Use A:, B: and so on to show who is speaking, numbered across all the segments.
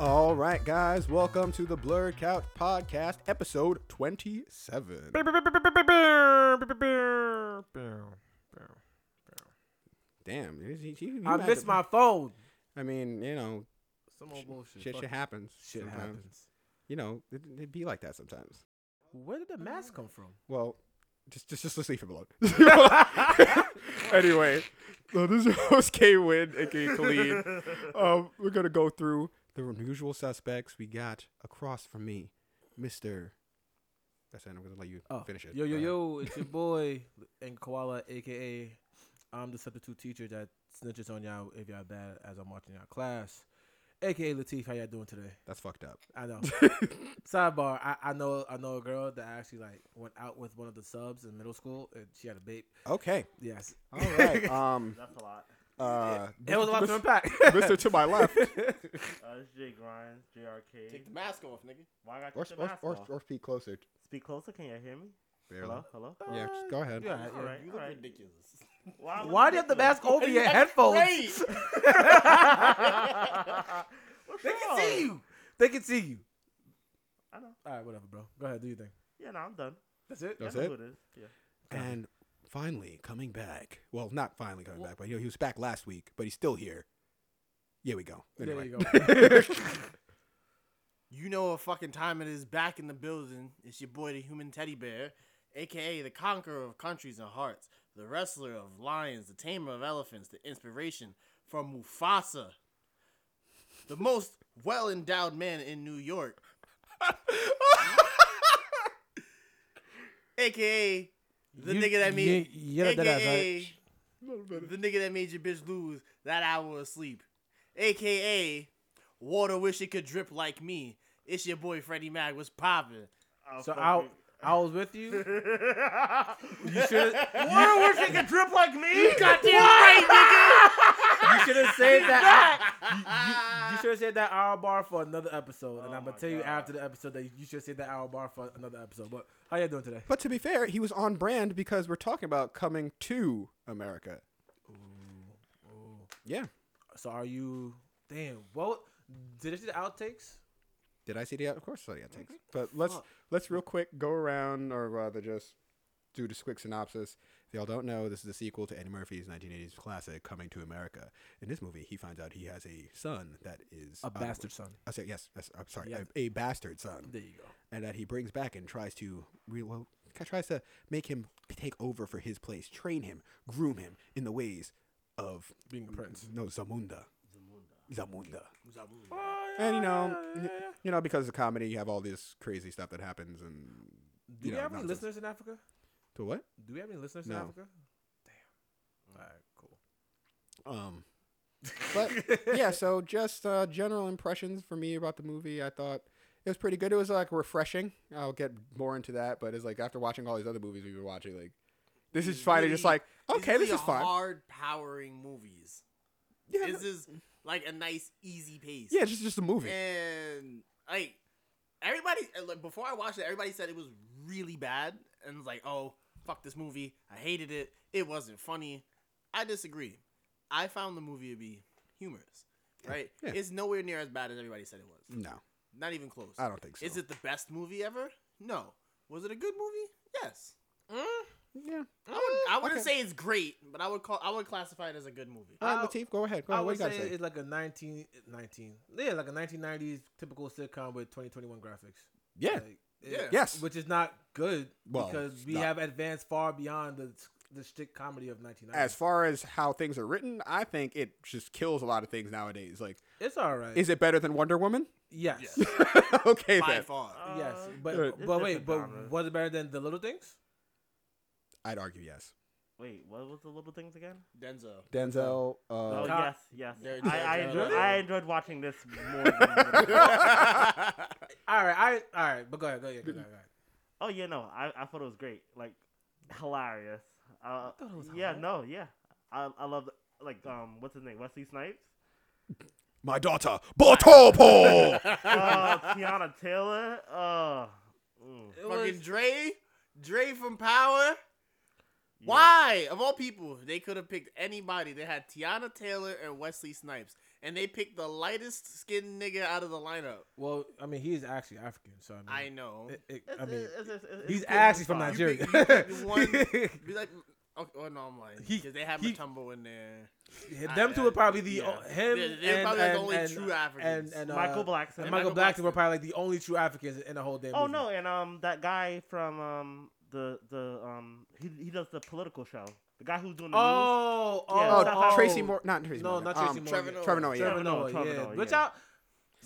A: All right, guys, welcome to the Blurred Couch Podcast, episode 27. Damn, he- he- he- he
B: I
A: mad
B: missed
A: at-
B: my phone.
A: I mean, you know,
B: Some old bullshit.
A: shit,
B: Fuck
A: shit
B: it.
A: happens.
B: Shit
A: sometimes.
B: happens.
A: You know, it, it be like that sometimes.
B: Where did the mask come from?
A: Well, just just just let's leave him alone. anyway, so this is your host K Win, aka Khalid. Um, we're gonna go through the unusual suspects we got across from me, Mister. That's it. I'm gonna let you
B: Oh,
A: finish it.
B: Yo, yo,
A: Go ahead.
B: yo! It's your boy and Koala, aka I'm the substitute teacher that snitches on y'all if y'all bad as I'm watching y'all class. AKA Latif, how y'all doing today?
A: That's fucked up.
B: I know. Sidebar: I, I know I know a girl that actually like went out with one of the subs in middle school, and she had a babe.
A: okay.
B: Yes,
A: All right. Um.
C: That's a lot.
A: Uh.
B: it was a lot to unpack.
A: Mister to my left,
C: Uh, it's Jay Grimes, JRK.
D: Take the mask off, nigga.
C: Why I got
A: or
C: the
A: or
C: mask
A: or,
C: off?
A: or speak closer.
C: Speak closer. Can you hear me?
A: Barely.
C: Hello. Hello.
A: Yeah. Just go ahead.
B: Yeah,
C: All right.
D: You
C: All
D: look
C: right.
D: ridiculous.
C: Why,
B: Why do you have the mask over your headphones?
D: Great.
C: What's
B: They can
C: wrong?
B: see you. They can see you.
C: I know.
B: All right, whatever, bro. Go ahead, do your thing.
C: Yeah, no, I'm done.
B: That's it.
A: That's
C: I know
A: it?
C: Who it is. Yeah.
A: And finally coming back. Well, not finally coming back, but you know, he was back last week, but he's still here. Here we go.
B: There
A: Anyway.
B: you go.
D: You know what fucking time it is back in the building. It's your boy, the human teddy bear, aka the conqueror of countries and hearts, the wrestler of lions, the tamer of elephants, the inspiration from Mufasa, the most well endowed man in New York, aka the nigga that made
B: you, you that
D: AKA, the nigga that made your bitch lose that hour of sleep, aka water wish it could drip like me. It's your boy Freddie Mac was popping.
C: I'll
B: So
C: Oh, fuck
B: I,
C: you.
B: I was with you.
C: you
B: You should
D: Water wish it could drip like me. Goddamn right,
B: you should have said that. You, you, should have said that hour bar for another episode, and
C: Oh
B: I'm
C: my
B: gonna tell you
C: God.
B: after the episode that you should have said that hour bar for another episode. But how you doing today?
A: But to be fair, he was on brand because we're talking about coming to America. Yeah.
B: So are you? Damn. Well, did you see the outtakes?
A: Did I see the? Of course, I saw the outtakes. But let's let's real quick go around, or rather just do this quick synopsis. If y'all don't know, this is a sequel to Eddie Murphy's 1980s classic Coming to America. In this movie, he finds out he has a son that is
B: A
A: uh,
B: bastard son.
A: I said yes. yes I'm sorry,
B: Yeah.
A: a, a bastard son.
B: There you go.
A: and that he brings back and tries to relo- ca- tries to make him take over for his place, train him, groom him in the ways of
B: Being a prince.
A: no Zamunda, Zamunda,
D: nigga.
B: Oh,
A: and you know, you know, because of comedy, you have all this crazy stuff that happens, and
B: Do
A: you
B: we
A: know,
B: have any
A: nonsense.
B: listeners in Africa?
A: To what?
B: Do we have any listeners
A: No.
B: in Africa? Damn. All right, cool.
A: Um, but yeah, so just uh, general impressions for me about the movie. I thought it was pretty good. It was like refreshing. I'll get more into that, but it's like after watching all these other movies we've been watching, like this is
D: It's
A: finally just
D: really-
A: like okay, this is fine.
D: Hard powering movies.
A: Yeah,
D: This is like a nice, easy pace.
A: yeah, just just a movie.
D: Eh, And like everybody, like before I watched it, everybody said it was really bad, and was like, "Oh, fuck this movie! I hated it. It wasn't funny." I disagree. I found the movie to be humorous. Right?
A: Yeah. Mm.
D: It's nowhere near as bad as everybody said it was.
A: No,
D: Not even close.
A: I don't think so.
D: Is it the best movie ever? No. Was it a good movie? Yes. Mm,
A: Yeah.
D: I, would, I wouldn't
A: okay.
D: say it's great, but I would call I would classify it as a good movie.
A: All
B: I-
A: right, Latif, go ahead. Go
B: I
A: ahead. What
B: would
A: you got to
B: say
A: say?
B: it's like a 19, 19 yeah, like a 1990s typical sitcom with 2021 graphics.
A: Yeah.
B: Like,
D: Yeah.
A: Yes.
B: Which is not good
A: Well,
B: because
A: it's
B: we
A: not.
B: have advanced far beyond the the shtick comedy of 1990s.
A: As far as how things are written, I think it just kills a lot of things nowadays. Like,
B: it's all right.
A: is it better than Wonder Woman?
B: yes.
D: Yeah.
A: okay
D: By
A: then.
D: far.
C: Uh,
B: Yes,
A: Good.
B: but
C: It's
B: but
C: just a
B: wait, but
C: genre.
B: was it better than the little things?
A: I'd argue yes.
C: Wait, what was the little things again?
D: Denzel.
A: Denzel.
C: Oh,
A: Uh,
B: Cop-
C: yes, yes.
D: There it
C: I,
D: is.
C: I, enjoyed,
B: Really?
C: I enjoyed watching this more
A: Oh,
C: than
B: All right, I all right, but go ahead, go ahead, go ahead. Go ahead.
C: Oh, yeah, no, I, I thought it was great. Like, hilarious. Uh,
B: thought it was
C: yeah,
B: hilarious.
C: no, yeah. I, I love, like, um, what's his name? Wesley Snipes?
A: my daughter,
B: Oh.
D: Oh,
A: Botopo.
C: uh, Tiana Taylor. Uh, mm.
B: It
D: Fucking
B: was-
D: Dre, Dre from Power.
C: Yeah.
D: Why, of all people, they could have picked anybody. They had Tiana Taylor and Wesley Snipes, and they picked the lightest skinned nigga out of the lineup.
B: Well, I mean, he is actually African, so I
D: I
B: mean,
D: know.
B: it- it- I mean,
C: It's- it's- it's-
B: he's
C: it's
B: actually from
C: fine.
D: You
B: Nigeria.
D: pick- you pick one- Be like, okay, oh no, I'm lying.
B: He-
D: Because they have
B: he-
D: Matumbo in there.
B: Yeah, them two are probably the
D: Yeah.
B: o- him
D: They're- they're
B: and,
D: probably the
B: and-
D: only
B: and-
D: true
B: and,
D: Africans.
B: and, uh,
C: Michael Blackson.
B: and
D: and
B: Michael
D: Michael
B: Blackson were
D: Blackson.
B: probably like the only true Africans in the whole damn.
C: Oh
B: movie.
C: no, and um, that guy from um the the um he he does the political show. The guy who's doing the news.
B: Oh, oh,
A: Oh,
C: Yeah.
B: oh.
A: Tracy Moore, not Tracy
B: No,
A: Morgan,
B: not Tracy
A: um,
B: Morgan.
D: Trevor Noah.
A: Trevor Noah, yeah.
B: Trevor Noah,
C: Trevor
B: yeah.
C: Noah,
B: Which
C: yeah.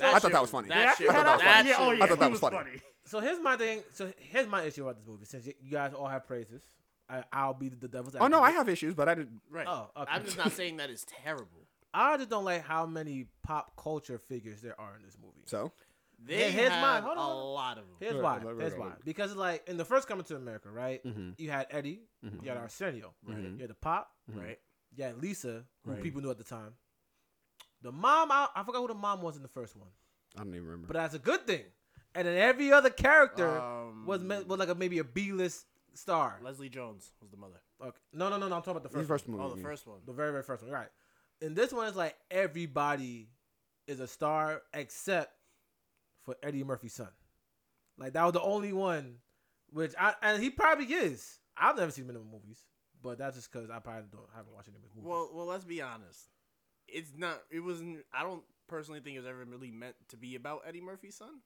B: I-
A: I thought that was funny.
D: That
C: They actually
D: shit
C: had
A: I thought
D: was-
C: us-
A: that
D: that
A: was-
C: yeah,
D: shit
C: oh
D: was-
C: yeah,
A: I thought that
C: he
A: was
C: was
A: funny.
C: funny.
B: so here's my thing. So here's my issue about this movie. Since y- you guys all have praises, I, I'll be the devil's.
A: Oh no, I
B: advocate.
A: have issues, but I didn't.
D: Right.
B: Oh, okay.
D: I'm just not saying that is terrible.
B: I just don't like how many pop culture figures there are in this movie.
A: So
D: They
B: here's
D: had
B: mine. Hold
D: a
B: on, hold on.
D: lot of them.
B: Here's
A: Right,
B: why.
A: right, right,
B: Here's
A: right,
B: why.
A: right.
B: Because like in the first coming to America, right?
A: Mhm.
B: You had Eddie,
A: Mhm.
B: you had Arsenio,
A: Mhm.
B: you had the pop,
D: Right.
B: you had Lisa, who
A: Right.
B: people knew at the time. The mom, I, I forgot who the mom was in the first one,
A: I don't even remember.
B: but that's a good thing. And then every other character
D: Um,
B: was meant was like a, maybe a B list star.
D: Leslie Jones was the mother.
B: Okay. No, no, no, no. I'm talking about the
A: His
B: first,
A: first
B: one.
A: movie.
D: Oh, the first one.
B: the very, very first one. Right. And this one is like everybody is a star except for Eddie Murphy's son. Like that was the only one, which I and he probably is. I've never seen him in the movies, but that's just because I probably don't haven't watched any of his movies.
D: Well, well, let's be honest. It's not. It wasn't. I don't personally think it was ever really meant to be about Eddie Murphy's son.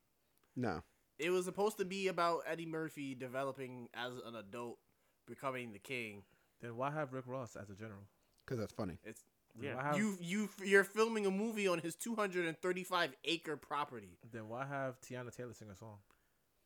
A: No,
D: It was supposed to be about Eddie Murphy developing as an adult, becoming the king.
B: then why have Rick Ross as a general?
A: because that's funny.
D: It's
B: Then
C: Yeah.
B: Why have,
D: you. You. You're filming a movie on his 235 acre property.
B: Then why have Tiana Taylor sing a song?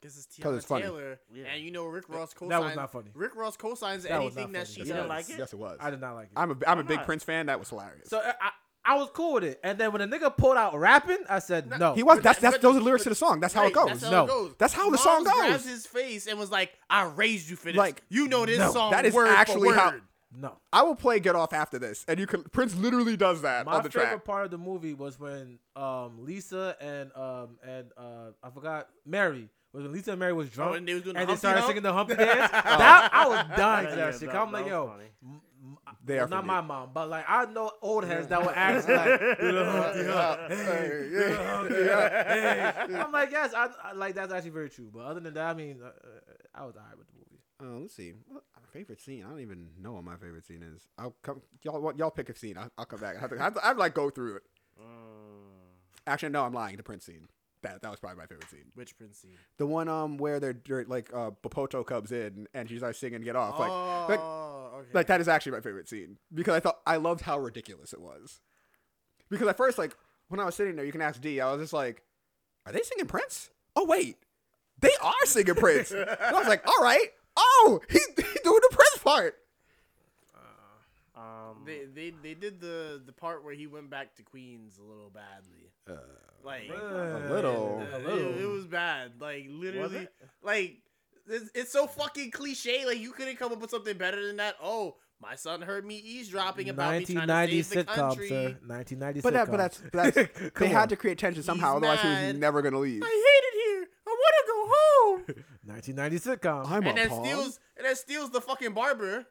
D: Because it's
A: 'Cause
D: Tiana
A: it's funny.
D: Taylor,
C: Yeah.
D: and you know Rick Ross
B: that
D: co-signs.
B: was not funny.
D: Rick Ross co-signs
B: That was
D: anything
B: not
D: that
B: funny.
D: she
B: You
D: does.
C: didn't like it?
A: Yes, it was.
B: I did not like it.
A: I'm a I'm a
C: Why
A: big
C: not?
A: Prince fan. That was hilarious.
B: so I, I I was cool with it, and then when the nigga pulled out rapping, I said no.
A: he was.
D: But
A: That's
D: that-
A: that's
D: but-
A: those are the lyrics
D: but-
A: to the song. That's how it goes.
D: Right, That's how
B: No.
D: it goes.
A: That's how the song
D: Moms
A: goes.
D: Grabs his face and was like, "I raised you for this.
A: Like,
D: you know this
B: no,
D: song.
A: that is
D: word for
A: actually how-
D: word."
B: no.
A: I will play Get Off after this, and you can Prince literally does that
B: My
A: on the
B: favorite
A: track.
B: part of the movie was when um, Lisa and um, and uh, I forgot Mary was when Lisa and Mary was drunk
D: Oh, and they was doing the
B: and they
D: Humpty Oh.
B: started
D: Hump?
B: singing the Humpty Dance. That I was dying to
C: Yeah,
B: that shit. 'cause
C: that-
B: I'm like,
C: that
B: yo,
C: was funny.
B: m- m-
A: They
B: well,
A: are
B: not
A: funny.
B: my mom, but like I know old heads that were actually like, do the Humpty Hump.
A: Hey, yeah,
B: Hey. I'm like, yes, I, I like that's actually very true. But other than that, I mean, uh, uh, I was alright with the movie.
A: Uh, let's see. What my favorite scene? I don't even know what my favorite scene is. I'll come. Y'all, what, y'all pick a scene. I'll, I'll come back. I have to. I have to- I have to, like go through it.
C: Mm.
A: Actually, no, I'm lying. The Prince scene. That that was probably my favorite scene.
D: Which Prince scene?
A: The one um where they're dur- like uh Bopoto comes in and she's like singing "Get Off." Like
D: oh,
A: like
D: okay.
A: like that is actually my favorite scene because I thought I loved how ridiculous it was. Because at first, like when I was sitting there, you can ask D. I was just like, "Are they singing Prince?" Oh wait, they are singing Prince. and I was like, "All right, oh he, he doing the Prince part."
C: Um,
D: They, they they did the the part where he went back to Queens a little badly. like
A: A little.
D: uh,
B: a
D: It, it
B: little.
D: was bad. Like literally,
C: it?
D: like it's, it's so fucking cliche. Like you couldn't come up with something better than that. Oh, my son heard me eavesdropping about me trying to
B: 1990
D: save the
B: sitcom,
D: country.
B: sir. 1990
A: But that,
B: sitcom.
A: but that's, but that's they
B: Come on.
A: had to create tension somehow, otherwise he was
D: mad.
A: never gonna leave.
D: I hate it here. I want to go home.
B: 1990 sitcom.
A: I'm
D: and
A: a
D: then
A: pawn.
D: steals and then steals the fucking barber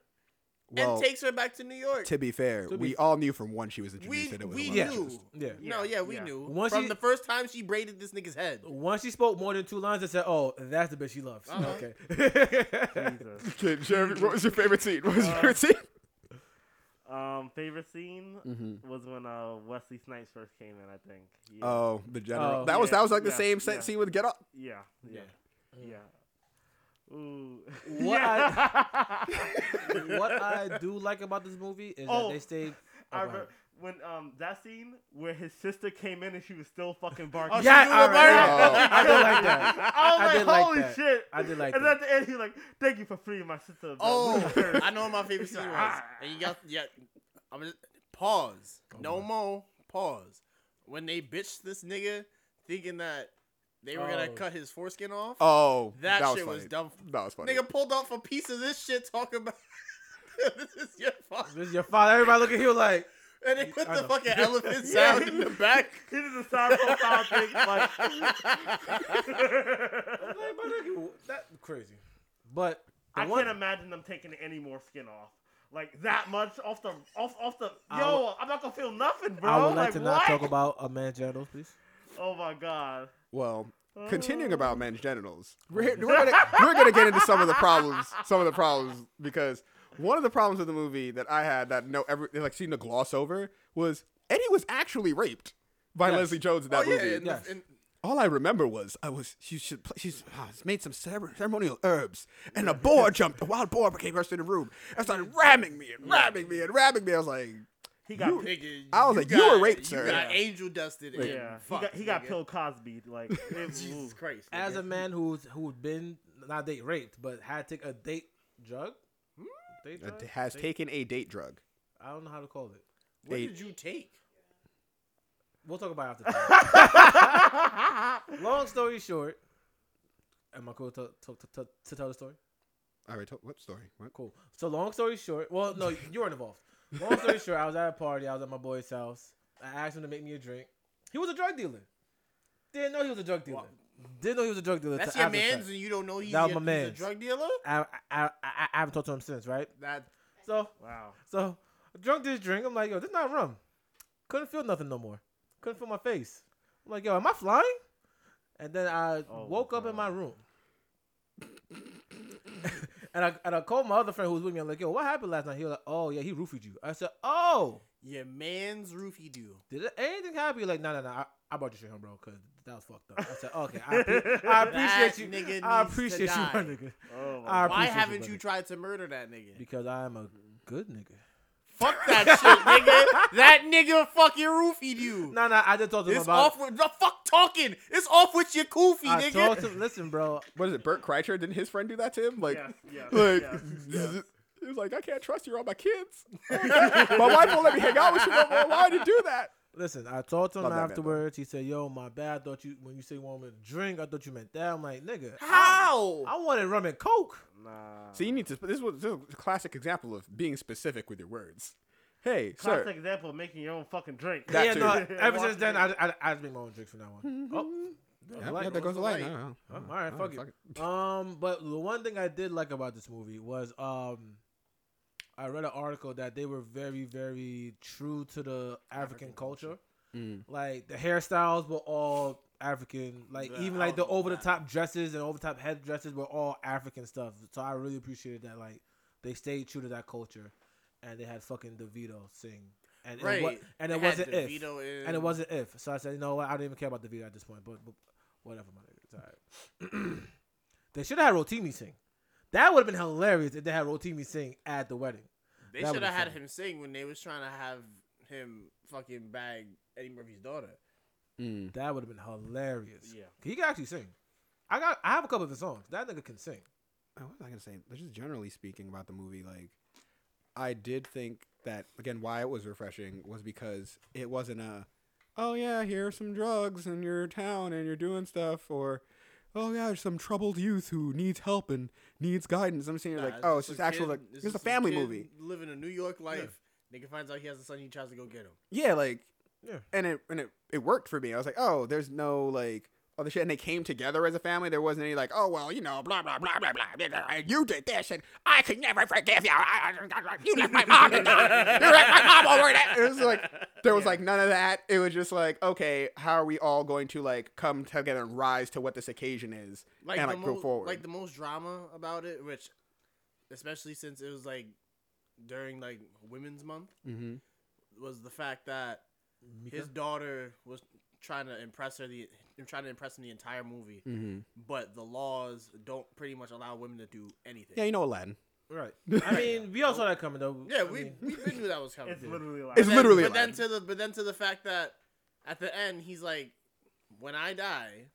A: well,
D: and takes her back to New York.
A: to be fair,
B: To be
A: we
B: f-
A: all knew from when she was
D: we
A: introduced that it was
D: we
A: a love
B: Yeah.
A: interest.
D: knew.
B: Yeah.
D: No, yeah, we
C: Yeah.
D: knew.
B: Once
D: From
B: you-
D: the first time she braided this nigga's head.
B: Once she spoke more than two lines, I said, "Oh, that's the bitch she loves."
D: Uh-huh.
B: Okay.
C: Jesus.
A: Kid, Jeremy, what was your favorite scene? What was your favorite scene?
C: Um, favorite scene
A: Mhm.
C: was when uh Wesley Snipes first came in. I think. Yeah.
A: Oh, the general.
B: Oh.
A: that was
C: Yeah,
A: that was like the
C: yeah,
A: same set
C: yeah.
A: scene with Get Up.
C: yeah. Yeah. Yeah. Ooh.
B: What
C: yeah.
B: what I do like about this movie is
C: Oh,
B: that they stayed.
C: I
B: oh, go
C: remember
B: ahead.
C: when um that scene where his sister came in and she was still fucking
D: Oh,
C: barking.
D: she
B: yeah,
D: doing
B: all
D: a
B: right,
A: burnout.
B: Oh, I did like that.
C: I
B: I
C: was
B: did
C: like,
B: like
C: holy
B: that.
C: shit.
B: I did like
C: and
B: that.
C: at the end, he was like, thank you for freeing my sister. but
D: Oh,
C: look at her."
D: I know what my favorite scene was.
C: Ah.
D: And you got yeah. I'm just pause. No more pause. When they bitched this nigga, thinking that they were gonna
B: Oh.
D: cut his foreskin off.
A: Oh,
D: that,
A: was
D: shit was
A: funny.
D: dumb.
A: That was funny.
D: Nigga pulled off a piece of this shit talking about. this is your fault.
B: This is your father. Everybody look at you like,
D: And they put
B: I
D: the
B: know.
D: fucking elephant
C: Yeah.
D: sound in the back.
C: He did the side profile thing. Like,
B: like my nigga, that crazy. But the
C: I
B: one,
C: can't imagine them taking any more skin off. like that much off the off off the.
B: I
C: yo,
B: would-
C: I'm not gonna feel nothing, bro.
B: I would like,
C: like
B: to
C: what?
B: not talk about a man's genitals, please.
C: oh my god.
A: Well, continuing about men's genitals, we're, we're, gonna, we're gonna get into some of the problems, some of the problems because one of the problems of the movie that I had that no ever like seemed to gloss over was Eddie was actually raped by
B: Yes.
A: Leslie Jones in
D: Oh,
A: that movie.
D: and,
B: Yes.
D: and-
A: All I remember was I was she should pl- she's ah, she's made some cer- ceremonial herbs and a boar jumped a wild boar came rushed in the room and started ramming me and ramming me and ramming me. I was like,
C: He got picked.
D: nigga,
A: I was like, you were raped,
D: you
A: sir.
D: got
A: Yeah.
D: angel dusted. and
C: Yeah, he
D: fucked,
C: got he got
D: nigga.
C: Bill Cosby. Like it- ooh.
D: Jesus Christ.
B: As
D: nigga.
B: a man who's who's been not date raped, but had to take a date drug. Hmm? Date drug?
A: Uh, has
B: Date-
A: taken a date drug.
B: I don't know how to call it.
D: what
A: Hey.
D: did you take?
B: We'll talk about it after. Long story short, am I cool to, to, to, to tell the story?
A: All right, what story? What?
B: Cool. So long story short, well, no, you weren't involved. Long story short, I was at a party. I was at my boy's house. I asked him to make me a drink. He was a drug dealer. Didn't know he was a drug dealer. Didn't know he was a drug dealer.
D: That's
B: till
D: your
B: after the
D: man's,
B: fact.
D: and you don't know he's,
B: That was
D: a,
B: my
D: he's a
B: man's.
D: drug dealer.
B: I, I, I, I haven't talked to him since, right?
D: That
B: So
C: wow.
B: So I drunk this drink. I'm like, yo, this not rum. Couldn't feel nothing no more. Couldn't feel my face. I'm like, yo, am I flying? And then I
C: Oh,
B: woke up in
C: God.
B: my room. and I and I called my other friend who was with me. I'm like, yo, what happened last night? He was like, oh yeah, he roofied you. I said, oh,
D: your man's roofie do.
B: did it- anything happen? He's like, no, no, no. I, I brought your shit home, bro, because that was fucked up. I said, okay, I, appre- I
D: That
B: appreciate you.
D: nigga
B: I
D: needs to
B: appreciate you, my
D: die.
B: nigga.
C: Oh
B: I
C: my God.
D: Why
B: appreciate you,
D: haven't
B: brother.
D: you tried to murder that nigga?
B: Because I am a good nigga.
D: Fuck that shit, nigga. That nigga fucking roofied you.
B: No, no, I did talk to him
D: Mm. It's
B: about
D: off with the fuck talking. It's off with your koofy,
B: I
D: nigga.
B: told him, listen, bro,
A: What is it? Burt Kreischer? Didn't his friend do that to him? Like,
C: Yes, yes,
A: like
C: yes,
A: he was like, I can't trust you around my kids. my wife won't let me hang out with you no more. Why did you do that?
B: Listen, I talked to
A: Love that
B: him
A: man, though.
B: afterwards. he said, "Yo, my bad. I thought you when you say you wanted to drink, I thought you meant that." I'm like, "Nigga,
D: How?
B: I wanted rum and coke."
C: Nah.
A: So you need to. This was this was a classic example of being specific with your words. Hey,
C: Classic
A: sir.
C: example of making your own fucking drink.
A: That
B: yeah,
A: too.
B: no. uh, Ever since then, I, I, I just make my own drinks from now on. Oh,
A: Yeah,
B: Light.
A: yeah, there goes the
D: Light.
A: light. No, no,
B: Oh,
A: no,
B: all right,
A: no,
B: fuck, it. Um, but the one thing I did like about this movie was um, I read an article that they were very, very true to the African culture.
A: Mm.
B: Like the hairstyles were all African. Like
D: The
B: even like the
D: outline.
B: over the top dresses and over the top head dresses were all African stuff. So I really appreciated that. Like they stayed true to that culture, and they had fucking DeVito sing. And it wa-
D: Right.
B: and it
D: Had
B: wasn't if
D: DeVito in.
B: and it wasn't if. So I said, you know what? I don't even care about the video at this point, but, but whatever, my nigga. It's all right. they should have had Rotimi sing. That would have been hilarious if they had Rotimi sing at the wedding.
D: They
B: that
D: should
B: would've
D: have had
B: sucked.
D: him sing when they was trying to have him fucking bag Eddie Murphy's daughter.
A: Mm.
B: That would have been hilarious.
C: Yeah.
B: He can actually sing. I got I have a couple of his songs. That nigga can sing.
A: I was I gonna say? Just generally speaking about the movie, like I did think that again why it was refreshing was because it wasn't a oh yeah here are some drugs in your town and you're doing stuff or oh yeah there's some troubled youth who needs help and needs guidance. I'm seeing it
D: Nah,
A: like oh it's
D: just
A: just
D: a
A: actual
D: kid-
A: like
D: this
A: it's, a
D: is some
A: family
D: kid
A: movie.
D: Living a New York life. Nigga finds out he has a son. He tries to go get him.
A: Yeah, like
B: Yeah.
A: and it and it, it worked for me. I was like, oh, there's no like other shit, and they came together as a family. There wasn't any like, oh well, you know, blah blah blah blah blah. blah, blah. You did this, and I could never forgive you. I, I, I- you left my mom. to die. You left my mom over there. It was like there was like none of that. It was just like, okay, how are we all going to like come together and rise to what this occasion is,
D: Like
A: and
D: the
A: like
D: mo-
A: go forward?
D: Like the most drama about it, which especially since it was like during like Women's Month,
A: mm-hmm.
D: was the fact that
B: Mika?
D: his daughter was trying to impress her the trying to impress him the entire movie.
A: Mm-hmm.
D: but the laws don't pretty much allow women to do anything.
A: Yeah, you know Aladdin.
B: right. I mean, we all saw that coming though.
D: Yeah,
B: I
D: we
B: mean,
D: we we knew that was coming.
C: It's literally like
A: It's
D: But then-
A: literally
D: But then
A: Aladdin.
D: to the but then to the fact that at the end he's like, when I die,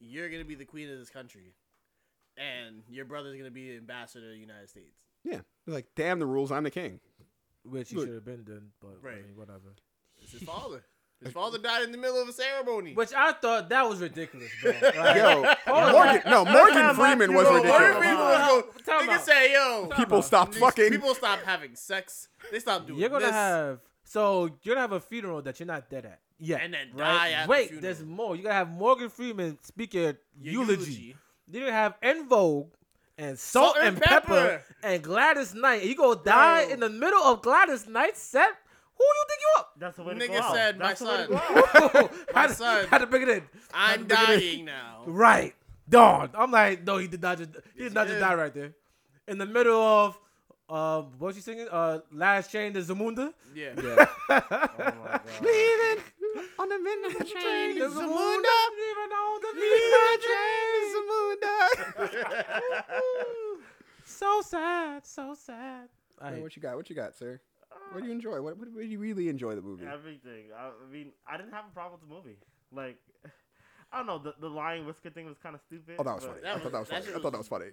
D: you're gonna be the queen of this country, and your brother's gonna be ambassador of the United States.
A: Yeah, like damn the rules. I'm the king.
B: which he
A: Look.
B: should have been done, but I
D: Right.
B: mean, whatever.
D: It's his father. His father died in the middle of a ceremony.
B: Which I thought that was ridiculous, bro. Like,
A: Yo, Morgan, no, Morgan Freeman was
D: Bro,
A: ridiculous.
D: Morgan Freeman was go-
B: Time
D: Nigga
B: out.
D: say, yo,
A: People stopped
D: these
A: fucking.
D: People stop having sex. They stop doing.
B: You're gonna
D: this.
B: have so you're gonna have a funeral that you're not dead at. Yeah,
D: And then die at the
B: Wait,
D: funeral.
B: there's more. You gotta have Morgan Freeman speak your,
D: Your
B: eulogy.
D: eulogy.
B: Then you have En Vogue and Salt, and, pepper. and Gladys Knight. You go die
D: Bro.
B: in the middle of Gladys Knight's set? Who you think you are?
C: That's the way to
D: Nigga
C: go out.
D: said, my
C: That's the way to
D: son.
C: go out.
B: Whoa,
D: My
B: had,
D: son.
B: to, had to bring it in. Had
D: I'm
B: to bring it
D: dying now.
B: in. Right. Dawn. I'm like, no, he did not just he did not
D: he
B: just
D: did.
B: die right there. In the middle of uh what was she singing? Uh Last Chain to Zamunda?
D: Yeah.
A: Yeah.
C: Oh my God.
A: Leaving on the midnight train
B: To
A: is
B: Zamunda.
A: Zamunda.
B: Even on the
A: Midnight
B: midnight
A: train is Zamunda.
B: train. So sad, so sad. All
A: Hey,
B: right.
A: What you got? What you got, sir? What do you enjoy? What, what, what do you really enjoy the movie?
C: Everything. I, I mean, I didn't have a problem with the movie. Like, I don't know. The, the lion whisker thing was kind of stupid.
A: Oh, that was
C: but-
A: funny.
D: that
A: I thought that was
D: was- that
A: funny.
D: shit
A: I thought that was funny.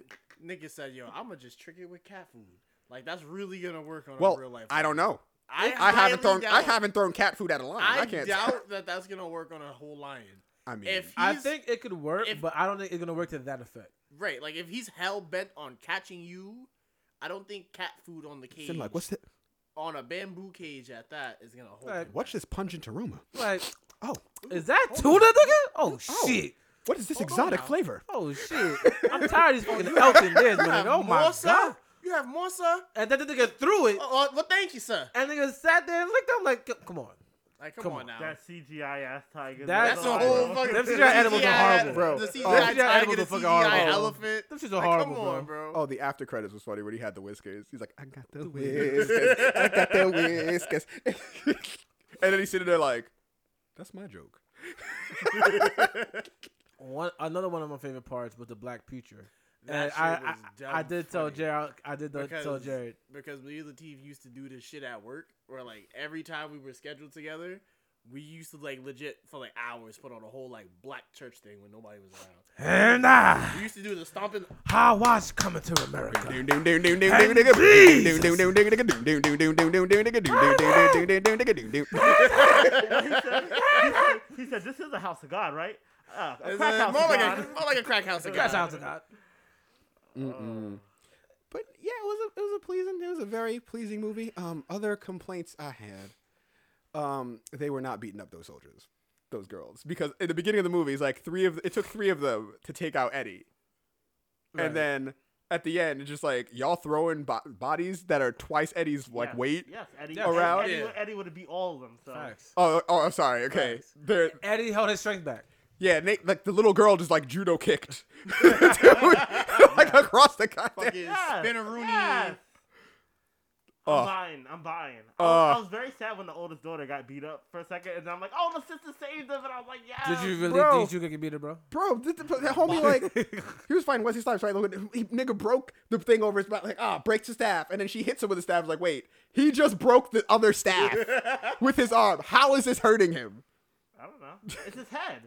D: Nigga said, yo, I'm gonna just trick it with cat food. Like that's really gonna work on a real
A: Well,
D: life.
A: I don't know. I
D: I,
A: haven't
D: highly
A: thrown. I
D: doubt-
A: haven't thrown cat food at a lion. I,
D: I,
A: can't.
D: doubt that that's gonna work on a whole lion.
A: I mean,
D: If
B: I
D: he's-
B: think it could work,
D: if-
B: but I don't think it's gonna work to that effect.
D: Right, like if he's hell bent on catching you, I don't think cat food on the cage,
A: Sin like, what's the,
D: on a bamboo cage at that is gonna hold.
B: Like,
D: him
A: what's this pungent aroma?
B: Like,
A: Oh,
B: is that tuna, nigga? Oh
A: Oh.
B: shit!
A: what is this
D: Hold on
A: exotic
D: now.
A: flavor?
B: Oh shit! I'm tired of these fucking Elton Diz,
D: back. You
B: nigga.
D: have
B: Oh my
D: more, sir?
B: god!
D: You have more, sir?
B: And then the nigga threw it,
D: Oh, oh, well, thank you, sir.
B: and nigga sat there and looked. I'm like, "C- come on.
D: Like, come,
B: Come
D: on,
B: on.
D: now.
C: That CGI ass tiger.
B: That's
D: That's
B: a
D: a
C: lion.
D: whole
B: Them
D: fucking.
B: CGI
D: the
B: animals are horrible.
A: Bro.
D: The
A: Oh,
D: CGI
B: them CGI animals
D: tiger, the
B: are
D: CGI
B: fucking horrible.
D: elephant.
B: Them shits are
D: Like,
B: horrible,
D: come
B: bro.
D: on, bro.
A: Oh, the after credits was funny when he had the whiskers. He's like, I got the whiskers. I got the whiskers. and then he's sitting there like, that's my joke.
B: One another one of my favorite parts was the Black Future.
D: That
B: and
D: shit
B: I,
D: was
B: I, I
D: dumb
B: did tell
D: funny.
B: Jared. I did tell- tell
D: Because-
B: Jared.
D: because me and Latif used to do this shit at work, where like every time we were scheduled together, we used to like legit for like hours put on a whole like black church thing when nobody was around.
B: And I,
D: We used to do the stomping.
B: how was coming to America?
C: he, said, he said- he said, "This is the house of God, right?" Uh, a
D: It's
C: crack
D: a-
C: house
D: more
C: of
D: like
C: God.
D: a more like a crack house. of
B: That
D: God.
B: sounds like that.
A: Mm-mm. But yeah, it was a it was a pleasing it was a very pleasing movie. Um, other complaints I had, um, they were not beating up those soldiers, those girls, because at the beginning of the movie, it's like three of it took three of them to take out Eddie,
B: Right.
A: and then at the end, it's just like y'all throwing bo- bodies that are twice Eddie's like
C: Yes,
A: weight.
C: Yes, Eddie.
B: Yes.
A: Around?
C: Eddie,
D: Yeah.
C: Eddie, Eddie would beat all of them. So.
B: Facts.
A: Oh, oh, I'm sorry. Okay,
B: Facts.
A: they're
B: Eddie held his strength back.
A: yeah, and they, like the little girl just like judo kicked, Dude, like across the goddamn.
D: Fucking
C: Yes,
D: spinneroonie.
C: yes. I'm
A: Oh.
C: buying. I'm buying. I, was,
A: Oh.
C: I was very sad when the oldest daughter got beat up for a second, and I'm like, "Oh, the sister saved them," and I was like, "Yeah."
B: Did you really
A: bro.
B: think you could beat it, bro?
A: bro, th- th- that homie like he was fighting Wesley Snipes, right? Like, He nigga broke the thing over his back, like ah, breaks the staff, and then she hits him with the staff. Like, wait, he just broke the other staff with his arm. How is this hurting him?
C: I don't know. It's his head.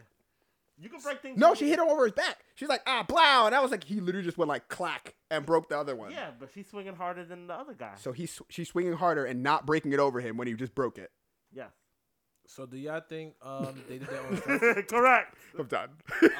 C: You can break things.
A: No,
C: with-
A: she hit him over his back. She's like ah, blow, and I was like, he literally just went like clack and broke the other one.
C: Yeah, but she's swinging harder than the other guy.
A: So he's she's swinging harder and not breaking it over him when he just broke it.
C: yes.
B: So do y'all think um they did their own stuff?
C: Correct.
A: I'm done.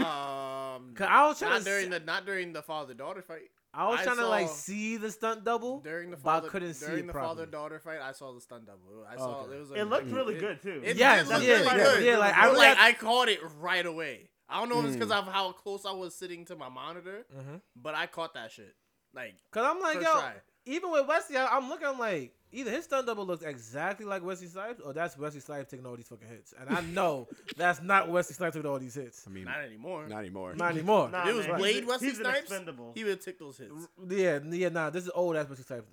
D: Um,
B: Cause I was trying
D: not
B: to,
D: during
B: see,
D: the not during the father daughter fight.
B: I was
D: I
B: trying to like
D: saw-
B: see the stunt double,
D: During the
B: but I
D: father
B: couldn't see
D: during
B: it
D: the
B: properly.
D: father daughter fight, I saw the stun double. I saw
B: Okay.
D: it was. A,
C: It looked really
D: it-
C: good too.
D: It
B: Yes,
D: did look
A: yeah,
D: really
A: yeah,
D: good.
B: yeah, like, I
D: But,
B: really
D: like
B: had-
D: I caught it right away. I don't know if it's because of how close I was sitting to my monitor,
B: Mhm.
D: but I caught that shit. Like
B: Cause I'm like,
D: First
B: yo,
D: try.
B: even with Wesley, I, I'm looking I'm like either his stunt double looks exactly like Wesley Snipes, or that's Wesley Snipes taking all these fucking hits, and I know that's not Wesley Snipes taking all these hits.
A: I mean,
D: not anymore.
A: Hmm. not anymore.
B: Not anymore.
C: Nah,
D: If it was
C: man.
D: Blade
C: He's-
D: Wesley
C: he's an
D: Snipes,
C: expendable.
D: he would take those hits.
B: Yeah, yeah, nah, this is old ass Wesley Snipes.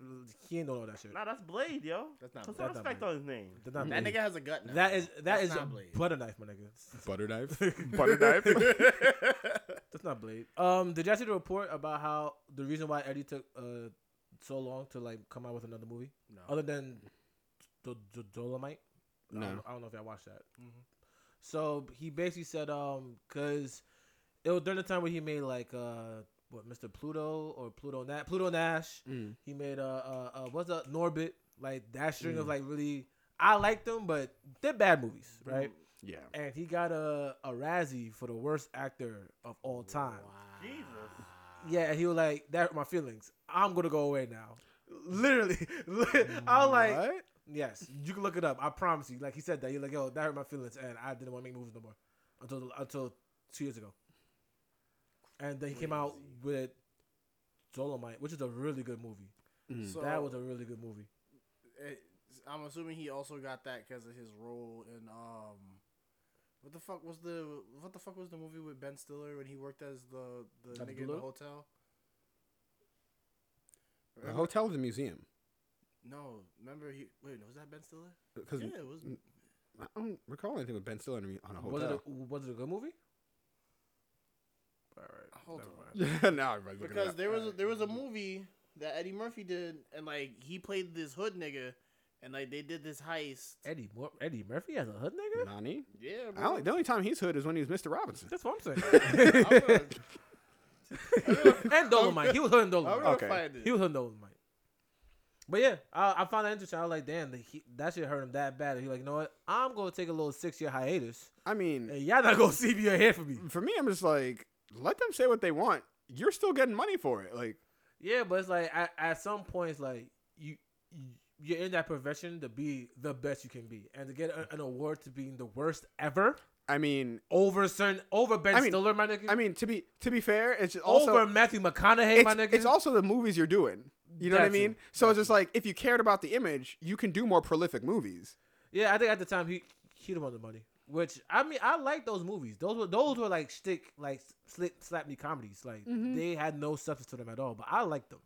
B: He ain't doing all that shit.
C: Nah, that's Blade, yo.
D: That's not
C: Put some
D: Blade.
B: That's
C: respect
B: not
C: on his name.
B: That's not
D: That
B: Blade.
D: nigga has a gut now.
B: That is that
D: That's
B: is
D: not
B: a
D: Blade.
B: butter knife, my nigga.
A: Butter knife. Butter knife.
B: That's not Blade. Um, did y'all see the report about how the reason why Eddie took uh so long to like come out with another movie,
D: No.
B: other than the the Dolomite? I,
A: No.
B: don't, I don't know if y'all watched that. Mm-hmm.
D: Mhm.
B: So he basically said, um, because it was during the time where he made like uh what Mr. Pluto or Pluto Nash, Pluto Nash.
A: Mm.
B: He made uh uh, uh what's up Norbit like that string of
A: Mm.
B: like really I liked them, but they're bad movies,
A: Mm-hmm.
B: right?
A: Yeah.
B: And he got a a Razzie for the worst actor of all time.
C: Jesus.
B: Yeah, and he was like, "That hurt my feelings. I'm gonna go away now." Literally, I was like,
A: What?
B: "Yes, you can look it up. I promise you." Like he said that. You're like, "Yo, that hurt my feelings," and I didn't want to make movies no more until until two years ago. And then he came out with Dolomite, which is a really good movie.
A: Mm.
D: So-
B: Hmm. that was a really good movie.
D: it, I'm assuming he also got that because of his role in um, what the fuck was the what the fuck was the movie with Ben Stiller when he worked as the the
B: Dr.
D: nigga in the
B: Dolittle?
D: hotel?
A: a
D: Remember-
A: hotel is a museum.
D: No, remember he wait was that Ben Stiller?
A: 'Cause
D: Yeah, it was.
A: n- I don't recall anything with Ben Stiller in a mu- on a
B: Was it
A: hotel.
B: a, was it a good movie? All right,
D: Hold
B: never
D: on.
B: mind.
A: Yeah, now everybody's looking it
D: Because
A: up.
D: there was a, there was a movie that Eddie Murphy did, and like he played this hood nigga, and like they did this heist.
B: Eddie Mur- Eddie Murphy as a hood nigga.
A: Nani.
D: Yeah,
A: I only, the only time he's hood is when he was Mr. Robinson.
B: That's what I'm
D: I'm
B: saying.
D: gonna-
B: and Dolomite, he was hood in
D: I'm
B: Dolomite.
D: gonna
A: Okay.
D: find it.
B: He was hood in Dolomite. But yeah, I, I found that interesting. I was like, damn, the, he, that shit hurt him that bad. He's like, you know what? I'm gonna take a little six year hiatus,
A: I mean,
B: and y'all not gonna see me or hear from me.
A: for me, I'm just like, let them say what they want. You're still getting money for it. Like,
B: Yeah, but it's like at, at some point, it's like you, you you're in that profession to be the best you can be, and to get a, an award to being the worst ever
A: I mean,
B: over certain over Ben
A: I mean-
B: Stiller, my nigga.
A: I mean to be to be fair, it's just also
B: over Matthew McConaughey,
A: it's,
B: my nigga.
A: it's also the movies you're doing. You know what I
B: Got you.
A: mean? So it's just like if you cared about the image, you can do more prolific movies.
B: yeah, I think at the time he he won the money, which I mean I like those movies. Those were those were like stick like slip slap me comedies. Like they had no substance to them at all, but I like them.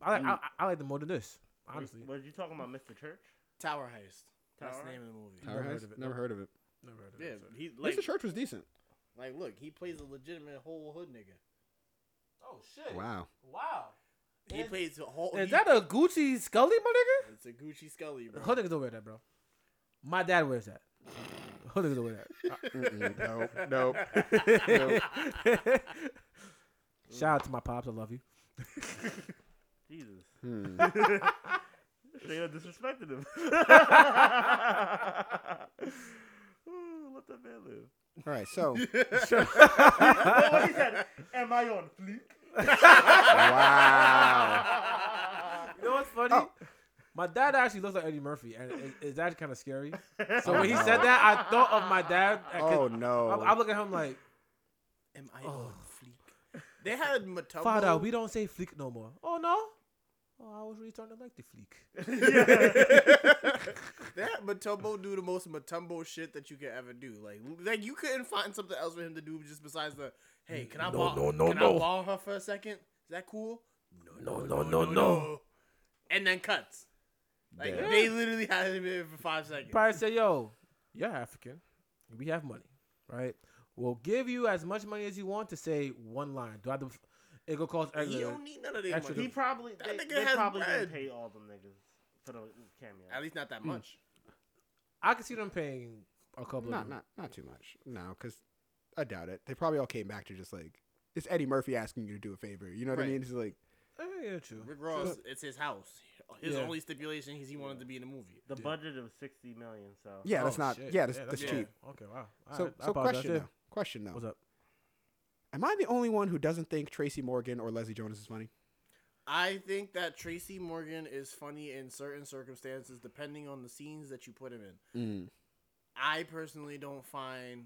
B: I like I, I like them more than this, honestly.
C: Was you talking about Mr. Church?
D: Tower Heist. That's
C: Tower
D: the name of the movie.
B: Tower heard Heist? of it,
A: Never
B: no.
A: heard of it.
B: Never heard of
D: Yeah,
B: it, so-
D: he
A: Like,
D: like
A: Mr. Church was decent.
D: like look, he plays a legitimate whole hood nigga.
B: Oh shit!
A: Wow.
B: Wow.
D: He
B: Is-
D: plays a whole.
B: Is
D: he-
B: that a Gucci Scully, my nigga?
D: It's a Gucci Scully, bro.
B: Hood niggas don't wear that, bro. My dad wears that. Hood niggas don't wear
A: Mm-mm, nope. Nope. nope.
B: that. Shout out to my pops. I love you.
C: Jesus.
A: Hmm.
C: Straight up disrespected him. Ooh, let that man live.
A: All right. So
C: What he said, Am I on
A: wow.
B: You know what's funny? Oh. My dad actually looks like Eddie Murphy, and it, it's actually kind of scary. So when he
A: no.
B: said that, I thought of my dad. I could-
A: Oh no.
B: I'm, I'm looking at him like,
D: Am I
B: Oh.
D: on fleek? They had Matumbo.
B: Father, we don't say fleek no more. Oh no? Oh, I was really starting to like the fleek.
D: they had Matumbo do the most Matumbo shit that you could ever do. Like, like you couldn't find something else for him to do just besides the, hey, can I
B: No,
D: borrow?
B: no, no,
D: can
B: no.
D: I borrow her for a second? Is that cool?
B: No, no, no, no.
D: And then cuts. Like
A: Damn.
D: they literally had him in for five seconds.
B: probably say, "Yo, you're African. We have money, right? We'll give you as much money as you want to say one line. Do I have to? It gonna cost
D: He
B: extra.
D: don't need none of their
B: Extra
D: money.
C: He
D: He-
C: probably they,
D: That nigga
C: they
D: has
C: probably
D: bread.
C: didn't pay all them niggas for the
D: At
C: cameo.
D: least not that
B: Hmm.
D: much.
B: I can see them paying a couple.
A: Not
B: of
A: not not too much. No, because I doubt it. They probably all came back to just like it's Eddie Murphy asking you to do a favor. You know what I
D: Right.
A: mean? It's like
B: Eh, yeah, true.
D: Rick Ross, it's his house. His
B: Yeah.
D: only stipulation is he wanted to be in the movie.
C: The budget was sixty million, so
A: yeah,
B: Oh,
A: that's not
B: shit.
A: yeah, that's, that's
D: yeah.
A: cheap.
B: Okay, wow. All
A: So
B: right, I
A: so
B: apologize.
A: question
B: Yeah.
A: though. Question though.
B: What's up?
A: Am I the only one who doesn't think Tracy Morgan or Leslie Jonas is funny?
D: I think that Tracy Morgan is funny in certain circumstances, depending on the scenes that you put him in.
A: Mm.
D: I personally don't find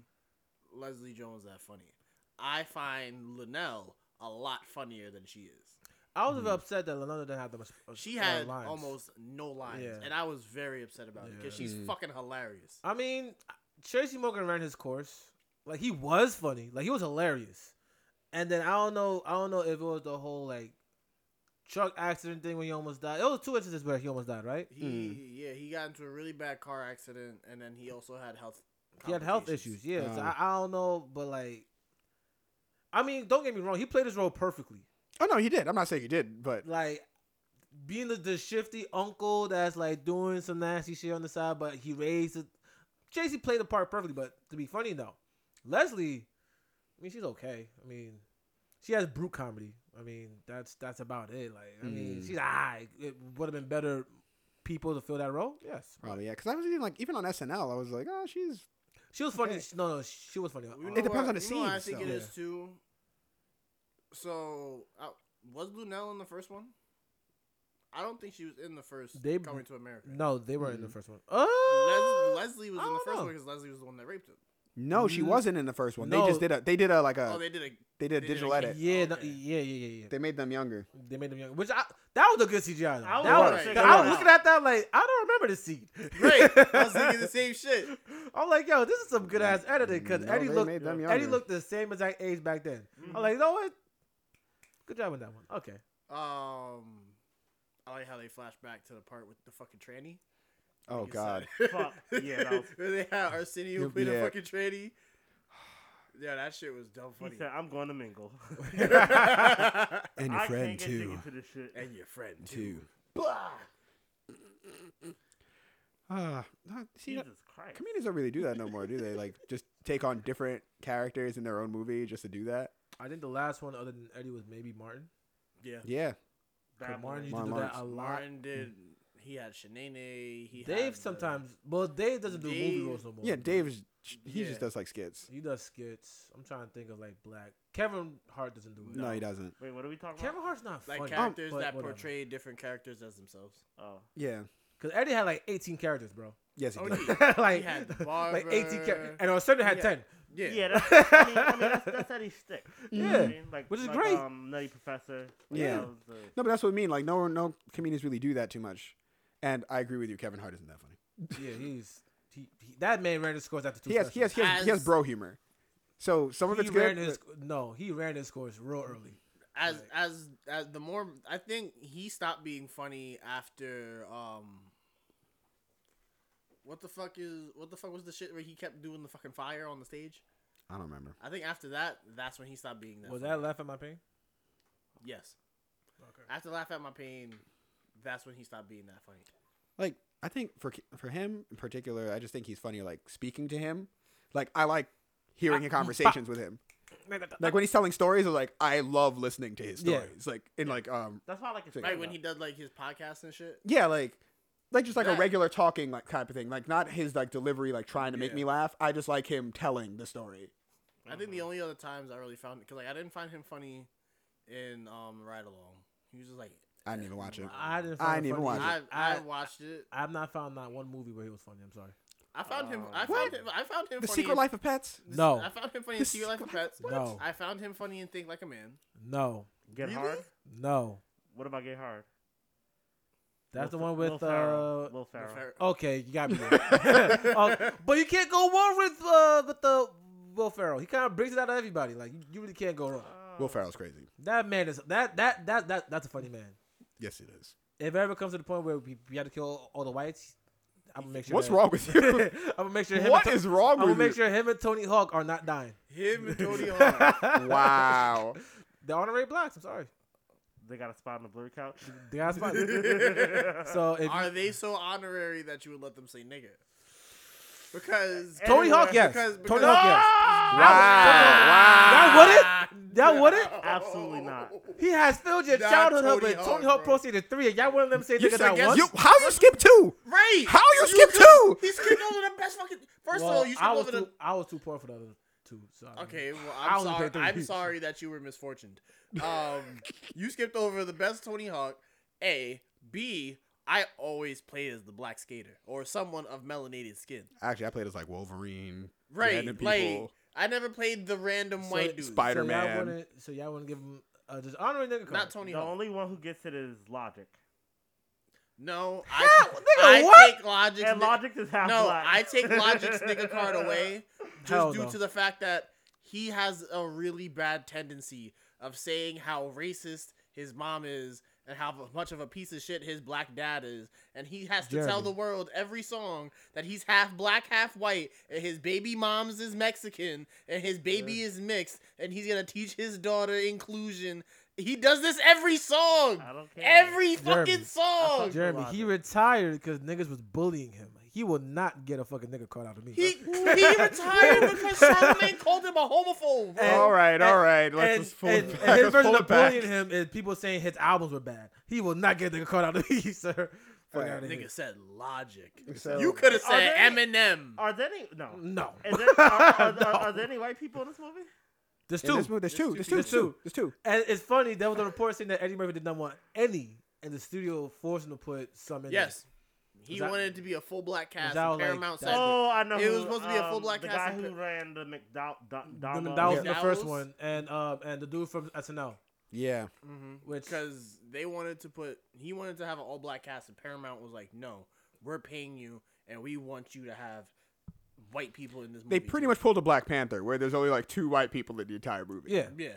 D: Leslie Jones that funny. I find Linnell a lot funnier than she is.
B: I was a bit
A: Mm-hmm.
B: upset that Lenona didn't have that much. uh,
D: She
B: uh,
D: had
B: lines.
D: almost no lines,
B: Yeah.
D: and I was very upset about it because
B: Yeah.
D: she's
A: Mm.
D: fucking hilarious.
B: I mean, Tracy Morgan ran his course. Like he was funny. Like he was hilarious. And then I don't know. I don't know if it was the whole like truck accident thing when he almost died. It was two instances where he almost died, right?
D: He yeah, he got into a really bad car accident, and then he also had health.
B: He had health
D: complications.
B: issues. Yeah. so
A: Oh.
B: I, I don't know, but like, I mean, don't get me wrong. He played his role perfectly.
A: Oh no, he did. I'm not saying he did, but
B: Like being the, the shifty uncle that's like doing some nasty shit on the side, but he raised it. Tracy played the part perfectly. But to be funny though, Leslie, I mean, she's okay. I mean, she has brute comedy. I mean, that's that's about it. Like, I mean,
A: Mm.
B: she's ah, it would have been better people to fill that role. Yes,
A: probably yeah. Because I was even like even on SNL, I was like, oh, she's
B: she was funny.
A: Okay.
B: She- No, no, she was funny.
D: You
B: Uh,
D: know
A: depends
D: what-
A: on the
D: you know what I
A: scenes,
D: think it
B: though.
D: is too. So uh, was Lunel in the first one? I don't think she was in the first
B: They-
D: Coming to America.
B: no, they were in the
A: Mhm.
B: first one. Oh,
D: Les- Leslie was
B: I
D: in the
B: don't
D: first
B: know.
D: one because Leslie was the one that raped him.
A: No, she
B: N-
A: wasn't in the first one.
B: no.
A: They just did a. They did a like a.
D: Oh,
A: they,
D: they did a.
A: did a
D: they did
A: digital
D: a-
A: edit.
B: Yeah, no,
D: Okay.
B: yeah, yeah, yeah, yeah.
A: They made them younger.
B: They made them young, which I that was a good CGI. Though.
C: I
B: that
C: was
A: about
B: was,
A: to
C: say,
B: I was
C: wow.
B: looking at that like I don't remember this scene.
D: Great. I was thinking the same shit.
B: I'm like, yo, this is some good ass editing because
A: Mm, No,
B: Eddie
A: they
B: looked
A: made them
B: Eddie
A: younger.
B: looked the same exact age back then.
C: Mhm.
D: Mm-hmm.
B: I'm like, you know what? Good job on that one. Okay.
D: Um, I like how they flash back to the part with the fucking tranny.
A: Oh
D: Like,
A: God.
D: it's, uh,
C: Fuck. Yeah, that was-
D: Where they had Arsenio
A: Yeah.
D: play the fucking tranny. Yeah, that shit was dumb
C: He
D: funny.
C: said, "I'm going to mingle."
A: And
C: I can't get digging to this shit.
D: and your friend too.
A: Too.
D: Blah.
A: Ah, not- see,
C: Jesus Christ.
A: comedians don't really do that no more, do they? Like just take on different characters in their own movie just to do that.
B: I think the last one other than Eddie was maybe Martin.
D: Yeah.
A: Yeah.
C: Bad
B: Martin
C: boy.
B: used to
A: Martin
B: do that
A: Lawrence.
B: a lot. Mm.
D: Martin did. He had Shanae. He had
B: Dave
D: the-
B: sometimes, well, Dave doesn't do movie
D: Dave-
B: roles no more.
A: Yeah. Dave's. He
D: Yeah.
A: just does like skits.
B: He does skits. I'm trying to think of like black. Kevin Hart doesn't do it.
A: No, he doesn't.
C: Wait, what are we talking
B: Kevin
C: about?
B: Hart's not
D: like
B: funny.
D: characters
B: but
D: that
B: whatever.
D: portrayed different characters as themselves.
C: Oh,
A: Yeah.
B: Cause Eddie had like 18 characters, bro.
A: Yes, he
D: Oh,
A: does.
D: yeah.
B: like,
D: had the
B: like 18
D: barber.
B: characters, and on certain had
D: Yeah.
B: 10.
D: Yeah.
C: yeah. that's, I mean, I mean, that's, that's how they stick. You know what I
B: Yeah.
C: mean? like
B: Which is
C: like,
B: great.
C: Um, Nutty Professor. Like,
A: Yeah.
C: that was the-
A: No, but that's what I mean. Like, no, no comedians really do that too much. And I agree with you. Kevin Hart isn't that funny.
B: Yeah, he's he, he that man ran his scores after two.
A: He has, he has, he has, he has
D: As-
A: bro humor. So some of
B: he
A: it's
B: ran
A: good.
B: his
A: but-
B: no, he ran his scores real early.
D: as
B: Like-
D: as as the more I think he stopped being funny after um what the fuck is what the fuck was the shit where he kept doing the fucking fire on the stage?
A: I don't remember.
D: I think after that that's when he stopped being that.
B: Was
D: funny.
B: that laugh at my pain?
D: yes.
B: Okay.
D: After laugh at my pain, that's when he stopped being that funny.
A: Like, I think for for him in particular, I just think he's funny. Like speaking to him, like I like hearing in conversations with him. Like when he's telling stories, I'm like I love listening to his
B: Yeah.
A: stories. Like in like um
C: That's why I like his
A: Right,
D: Right
C: stand-up.
D: when he did like his podcast and shit.
A: yeah like like just like
D: That-
A: a regular talking like type of thing. Like not his like delivery like trying to make
D: Yeah.
A: me laugh. I just like him telling the story.
D: I
C: Mm-hmm.
D: think the
A: Mm-hmm.
D: only other times I really found because like I didn't find him funny in um Ride Along. He was just like
A: I didn't even watch it.
B: I didn't.
A: I
B: Find
A: didn't
B: it
A: even
B: funny.
A: watch
D: I,
B: I,
D: I watched it.
B: I have not found not one movie where he was funny. I'm sorry.
D: I found him.
C: Oh.
D: I
A: What?
D: found him. I found him.
A: The
D: funny
A: Secret
D: in-
A: Life of Pets.
D: This-
B: No.
D: I found him funny
A: The
D: in Secret Life of Pets.
B: What? No.
D: I found him funny in Think Like a Man.
B: No,
C: Get
D: Really?
C: Hard.
B: no,
C: What about Get Hard?
B: that's the one
C: Will Fer- Will
B: with
C: Ferrell.
B: uh.
C: Will Ferrell.
D: Fer-
B: Okay, you got me. There. Uh, but you can't go wrong with uh with the Will Ferrell. He kind of brings it out of everybody. Like you, you really can't go wrong.
A: Will
C: Oh.
A: Ferrell's crazy.
B: That man is that that that that that's a funny man.
A: Yes, it is.
B: If it ever comes to the point where we, we have to kill all the whites, I'm gonna make sure.
A: What's
B: that-
A: wrong with you?
B: I'm gonna make sure. Him
A: what
B: and
A: is wrong
B: I'm gonna
A: with
B: make
A: you?
B: sure him and Tony Hawk are not dying.
D: Him and Cody Hall.
A: Wow.
B: They're on the red blocks. I'm sorry.
C: They got a spot on the blurry couch.
B: They got spot. so if
D: Are they so honorary that you would let them say nigga? Because
A: Eh,
B: Tony Hawk, yes.
D: Because, because Ah!
B: Tony Hawk, yes. That wouldn't. That wouldn't.
C: Absolutely not.
B: He has filled your
D: Not
B: childhood up
D: Tony
B: with
D: Hawk,
B: Tony Hawk
D: bro.
B: Pro Skater three, and y'all wouldn't let him say
A: You
B: nigga
A: said
B: that
A: yes-
B: once.
A: you- how you skip two?
D: Right.
A: How you skip two?
D: He skipped over the best fucking. First
B: Well,
D: of all, you
B: I
D: skipped
B: was
D: over
B: too.
D: the.
B: I was too poor for the other two. So I mean,
D: Okay, well,
B: I
D: I'm
B: only
D: sorry.
B: paid three.
D: I'm sorry that you were misfortuned. Um, you skipped over the best Tony Hawk. A, B. I always play as the black skater or someone of melanated skin.
A: Actually, I played as like Wolverine.
D: Right,
A: Random
D: like
A: people.
D: I never played the random
B: So-
D: white dude.
B: so y'all
A: Spider-Man.
B: wouldn't. So y'all wouldn't give him a dishonorary nigga card.
D: Not Tony
C: The
D: Hawk.
C: only one who gets it is Logic.
D: No,
B: How?
D: I,
B: Nigga,
D: I
B: what?
D: take Logic's
C: And
D: ni-
C: Logic is half
D: No,
C: black.
D: I take Logic's nigga card away just
B: Hell
D: due
B: no.
D: to the fact that he has a really bad tendency of saying how racist his mom is and how much of a piece of shit his black dad is. And he has to tell
B: Jeremy.
D: the world every song that he's half black, half white, and his baby mom's is Mexican, and his baby is mixed, and he's gonna teach his daughter inclusion. He does this every song.
C: I don't care.
D: Every
B: Jeremy.
D: fucking song.
C: fuck-
B: Jeremy, he
C: Logic.
B: retired because niggas was bullying him. He will not get a fucking nigga card out of me.
D: He, he retired because Charlamagne called him a homophobe.
B: And-
A: all right, all
B: and-
A: right. Let's
B: and,
A: just pull
B: and-
A: it
B: and
A: back.
B: his
A: Let's
B: version
A: pull
B: of
A: it back.
B: bullying him is people saying his albums were bad. He will not get a nigga card out of me, sir. Fuck
A: Alright,
B: out of here.
D: Nigga said logic.
A: So-
D: you could have
C: Are
D: said
C: there-
D: Eminem.
C: Are there any? No.
B: No.
C: Is there, are,
D: uh,
C: are,
B: No.
C: are, are there any white people in this movie?
B: There's
A: In
B: two.
A: this movie, there's two. There's two.
B: There's
A: There's two.
B: two.
A: There's two.
B: And it's funny, there was a report saying that Eddie Murphy did not want any, and the studio forced him to put some in.
D: yes. He
B: Was that-
D: wanted it to be a full black cast.
B: that
D: in
B: was like
D: Paramount
B: that-
D: said,
C: Oh, I know.
D: It was
C: who,
D: supposed to be a full
C: um,
D: black
C: The
D: cast
C: guy
D: and
C: who
D: pa-
C: ran the McDowell.
B: I mean, that was
A: Yeah.
B: the first
D: Dowels?
B: one, and um, and the dude from SNL.
A: Yeah.
D: Mm-hmm.
B: Which-
D: because they wanted to put he wanted to have an all black cast and Paramount was like, no, we're paying you and we want you to have white people in this movie.
A: They pretty
D: too."
A: much pulled a Black Panther where there's only like two white people in the entire movie.
B: Yeah,
D: yeah.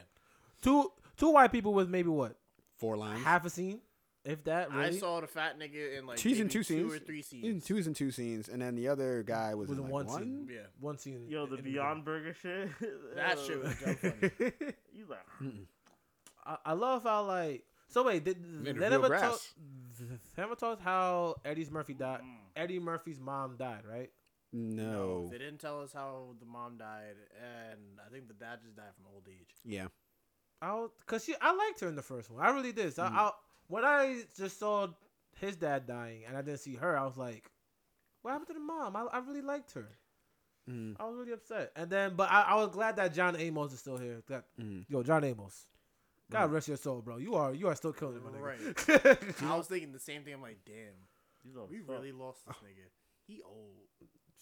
B: two two white people with maybe what
A: Four lines.
B: half a scene, if that. Really,
D: I saw the fat nigga in like
A: She's in
D: maybe
A: two scenes.
D: or three
A: He's in
D: scenes.
A: two is in two scenes, and then the other guy was,
B: was
A: in
B: in
A: like
B: one,
A: one.
B: scene.
D: Yeah.
B: one scene.
C: Yo,
B: in-
C: the
B: in beginning.
C: Beyond Burger shit.
D: That
C: Yo.
D: shit was so funny.
C: You like,
B: I, I love how like so wait did, they
A: in
B: never
A: real
B: talk,
A: grass.
B: they never talked how Eddie's Murphy died.
C: Mm.
B: Eddie Murphy's mom died, right?
A: No.
D: They didn't tell us how the mom died, and I think the dad just died from old age.
A: Yeah.
B: I because she I liked her in the first one. I really did.
A: Mm.
B: So I, when I just saw his dad dying and I didn't see her, I was like, what happened to the mom? I, I really liked her.
A: Mm.
B: I was really upset. And then, but I, I was glad that John Amos is still here. That
D: Mm-hmm.
A: Mm.
B: yo, John Amos, God rest your soul, bro. You are you are still killing it, my nigga.
D: I was thinking the same thing. I'm like, damn,
C: you like,
D: we
C: fuck.
D: really lost this nigga. He old.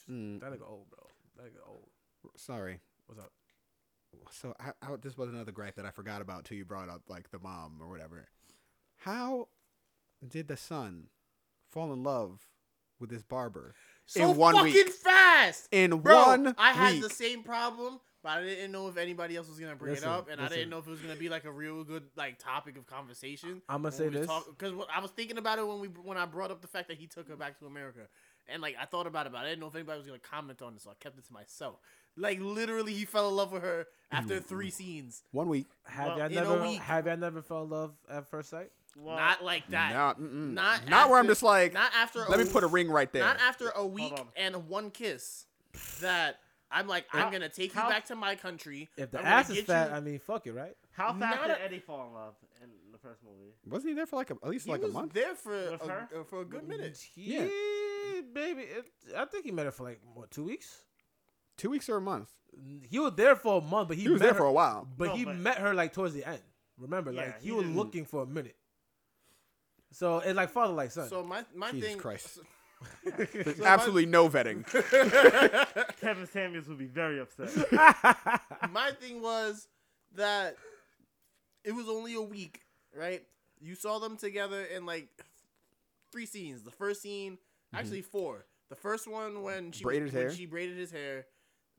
A: Mm.
B: that nigga old, bro. That nigga old.
A: Sorry.
B: What's up?
A: So I, I, this was another gripe that I forgot about till you brought up like the mom or whatever. How did the son fall in love with this barber
D: So
A: in one
D: fucking
A: week?
D: fast.
A: In
D: Bro,
A: one
D: I had
A: week.
D: the same problem, but I didn't know if anybody else was gonna bring
B: Listen,
D: it up, and I
B: listen.
D: didn't know if it was gonna be like a real good like topic of conversation.
B: I'ma say this.
D: because I was thinking about it when we when I brought up the fact that he took her back to America, and like I thought about it, but I didn't know if anybody was gonna comment on it, so I kept it to myself. Like literally, he fell in love with her after three scenes.
A: one week.
B: Have
C: Well,
B: y'all
D: in a
B: never
D: week.
B: have y'all never fell in love at first sight?
C: Well,
D: not like that.
A: Not, mm-mm.
D: not
A: not, where I'm
D: after-
A: just like.
D: not after.
A: let me put a ring right there.
D: Not after a week
C: on.
D: and one kiss. That I'm like, I'm gonna take
C: how-
D: you back to my country.
B: If the
D: I'm gonna
B: ass is
D: get
B: fat,
D: you-
B: I mean, fuck it, right?
C: how fast
D: not
C: did
D: a-
C: Eddie fall in love in the first movie?
A: wasn't he there for like a, at least
D: he
A: like a
D: was
A: month?
D: there for a,
C: With her?
D: uh, for a good minute.
B: Yeah,
A: Yeah.
B: baby. It, I think he met her for like what two weeks.
A: Two weeks or a month?
B: He was there for a month, but he,
A: He was
B: met
A: there
B: her,
A: for a while.
B: but
C: No,
B: he
C: but-
B: met her like towards the end. Remember,
C: Yeah,
B: like
C: he
B: he was
C: didn't-
B: looking for a minute. So it's like father, like son.
D: So my my
A: Jesus
D: thing.
A: Christ.
D: so my-
A: Absolutely no vetting.
C: Kevin Samuels would be very upset.
D: my thing was that it was only a week, right? You saw them together in like three scenes. The first scene, actually four. The first one when she
A: Mm-hmm. Braided
D: when
A: hair. Mm.
D: she braided his hair.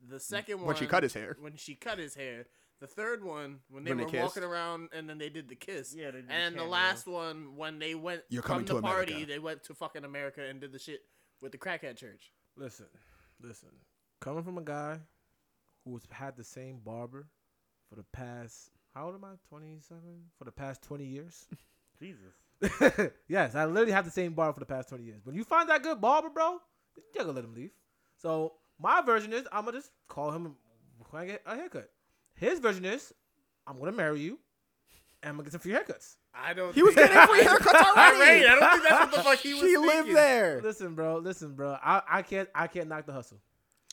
D: The second one
A: When she cut his hair.
D: when she cut his hair. The third one when they
A: When they
D: were
A: kissed.
D: walking around and then they did the kiss.
C: Yeah, they did the
D: and the
C: cameo.
D: last one when they went
A: You're coming
D: from the
A: to
D: party,
A: America.
D: they went to fucking America and did the shit with the crackhead church.
B: listen, listen. Coming from a guy who's had the same barber for the past how old am I? Twenty seven. For the past twenty years.
C: Jesus.
B: yes, I literally have the same barber for the past 20 years. When you find that good barber, bro, you gotta let him leave. So my version is I'm gonna just call him when I get a haircut. His version is I'm gonna marry you and I'm gonna get some free haircuts.
D: I don't.
A: He was
D: think-
A: getting free haircuts already.
D: Right, I don't think that's what the fuck he was.
A: she lived
D: thinking.
A: there.
B: Listen, bro, listen, bro. I, I can't I can't knock the hustle.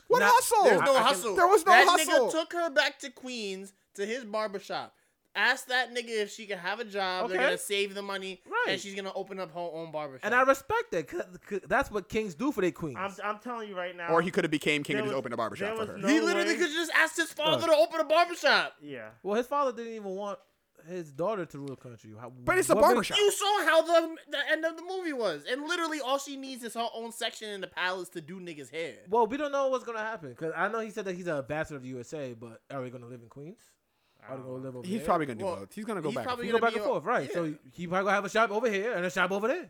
A: What
B: Nah,
A: hustle?
D: There's no
B: I- I can-
D: hustle.
A: there was no
D: that
A: hustle.
D: nigga took her back to Queens to his barbershop. Asked that nigga if she could have a job. They're
B: Okay.
D: gonna save the money,
B: Right.
D: and she's gonna open up her own barbershop.
B: And I respect that 'cause- 'cause that's what kings do for their queens.
C: I'm, I'm telling you right now.
A: or he could have became king
C: There
A: and just
C: was-
A: opened a barbershop
C: there
A: for
C: was
A: her.
C: no-
D: he literally
C: way.
D: could just asked his father to open a barbershop.
C: Yeah.
B: well, his father didn't even want his daughter to rule the country. How,
A: but it's a
B: what makes-
A: barbershop.
D: You saw how the the end of the movie was, and literally all she needs is her own section in the palace to do niggas' hair.
B: Well, we don't know what's gonna happen because I know he said that he's an ambassador of the USA, but are we gonna live in Queens? Are we gonna live over
A: He's
B: there?
A: probably gonna do
D: Well,
A: both. He's gonna go
D: he's
A: back. and
D: probably
A: forth.
B: You go back
D: be
B: and
D: a-
B: forth, right? So
D: yeah.
B: he probably gonna have a shop over here and a shop over there.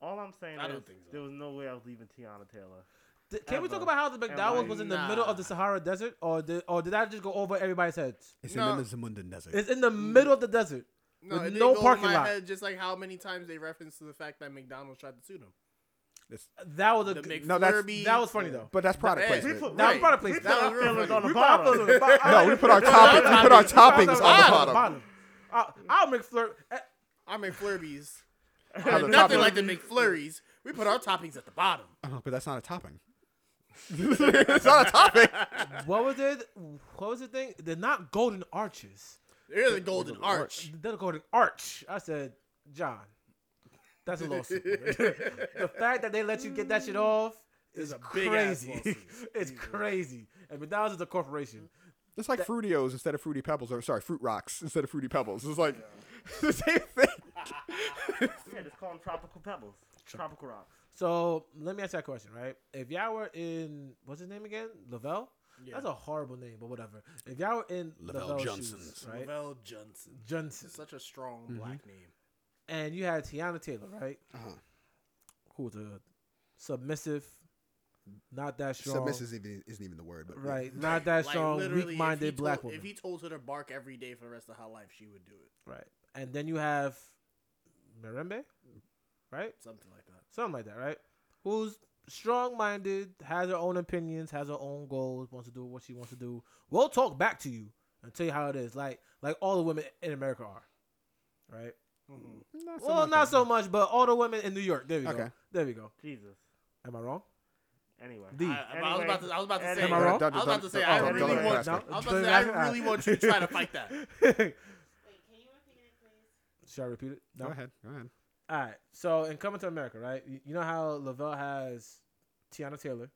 C: All I'm saying
D: I
C: is
D: don't think so.
C: there was no way I was leaving Tiana Taylor.
B: Th- Can we
C: Ever.
B: talk about how the McDowell's was in the
D: Nah.
B: middle of the Sahara Desert, or did or did that just go over everybody's heads?
A: It's
D: No.
A: in the Zamundan Desert.
B: It's in the middle of the desert.
D: No,
B: With
D: it didn't
B: no
D: go over
B: parking
D: my
B: lot.
D: Head, just like how many times they referenced to the fact that McDonald's tried to sue them.
A: It's-
B: That was a
D: The
B: good-
A: No, that's-
D: McFlurby-
B: that was funny though.
A: but that's product
D: Hey,
A: placement.
D: we
C: put-
B: That was
D: Right.
B: part of place.
D: We put
B: That
D: our
B: was
D: feelings
C: on the
B: We put our
C: bottom.
B: feelings on the bottom.
A: no, we put our toppings. We put our toppings on the
D: bottom.
A: bottom.
B: I'll, I'll McFlurry. eh,
D: Our McFlurbies.
A: How the
D: Nothing
A: toppings-
D: like the McFlurries. We put our toppings at the bottom.
A: Oh, but that's not a topping. it's not a topping.
B: What was it? What was the thing? They're not golden arches.
D: They're the golden arch.
B: They're the golden arch. I said, John. That's a lawsuit. the fact that they let you get that shit off is
D: It's a big ass
B: crazy.
D: lawsuit.
B: it's
D: Jesus.
B: crazy. And McDonald's is a corporation.
A: It's like Fruitios instead of Fruity Pebbles, or sorry, Fruit Rocks instead of Fruity Pebbles. It's like the same thing.
C: Yeah, just call them tropical pebbles, tropical rocks.
B: So let me ask you a question, right? If y'all were in what's his name again, Lavelle. That's a horrible name, but whatever. If y'all were in
A: Lavelle
B: Lavelle,
A: Johnson's.
B: shoes, right? Mm-hmm.
D: Lavelle Johnson.
B: Johnson,
D: It's such a strong black name.
B: and you had Tiana Taylor, right?
A: Uh-huh.
B: Who was a submissive, not that strong,
A: Submissive even- isn't even the word, but yeah.
B: right? Not that
D: Like,
B: strong,
D: literally, if he
B: weak-minded
D: told-
B: black woman,
D: If he told her to bark every day for the rest of her life, she would do it.
B: right? And then you have Merembe, right?
D: Something like that.
B: Something like that, right? Who's strong-minded, has her own opinions, has her own goals, wants to do what she wants to do. We'll talk back to you and tell you how it is, like like all the women in America are, right? Mm-hmm.
A: Not so
B: Well,
A: much
B: not
A: that.
B: so much, but all the women in New York. There we go.
A: Okay.
B: There we go.
C: Jesus.
B: Am I wrong?
C: Anyway.
B: D.
D: I, I- I was about to. I was about to say.
C: Am I wrong?
D: I was about to say. I
A: Don't- don't-
D: really
A: don't
D: want.
A: ask
B: No.
A: me.
D: I was about to say. I really want you to try to fight that.
E: Wait, can you repeat it, please?
B: Should I repeat it? No.
A: Go ahead. Go ahead.
B: All right. So in Coming to America, right? You you know how Lavelle has Tiana Taylor,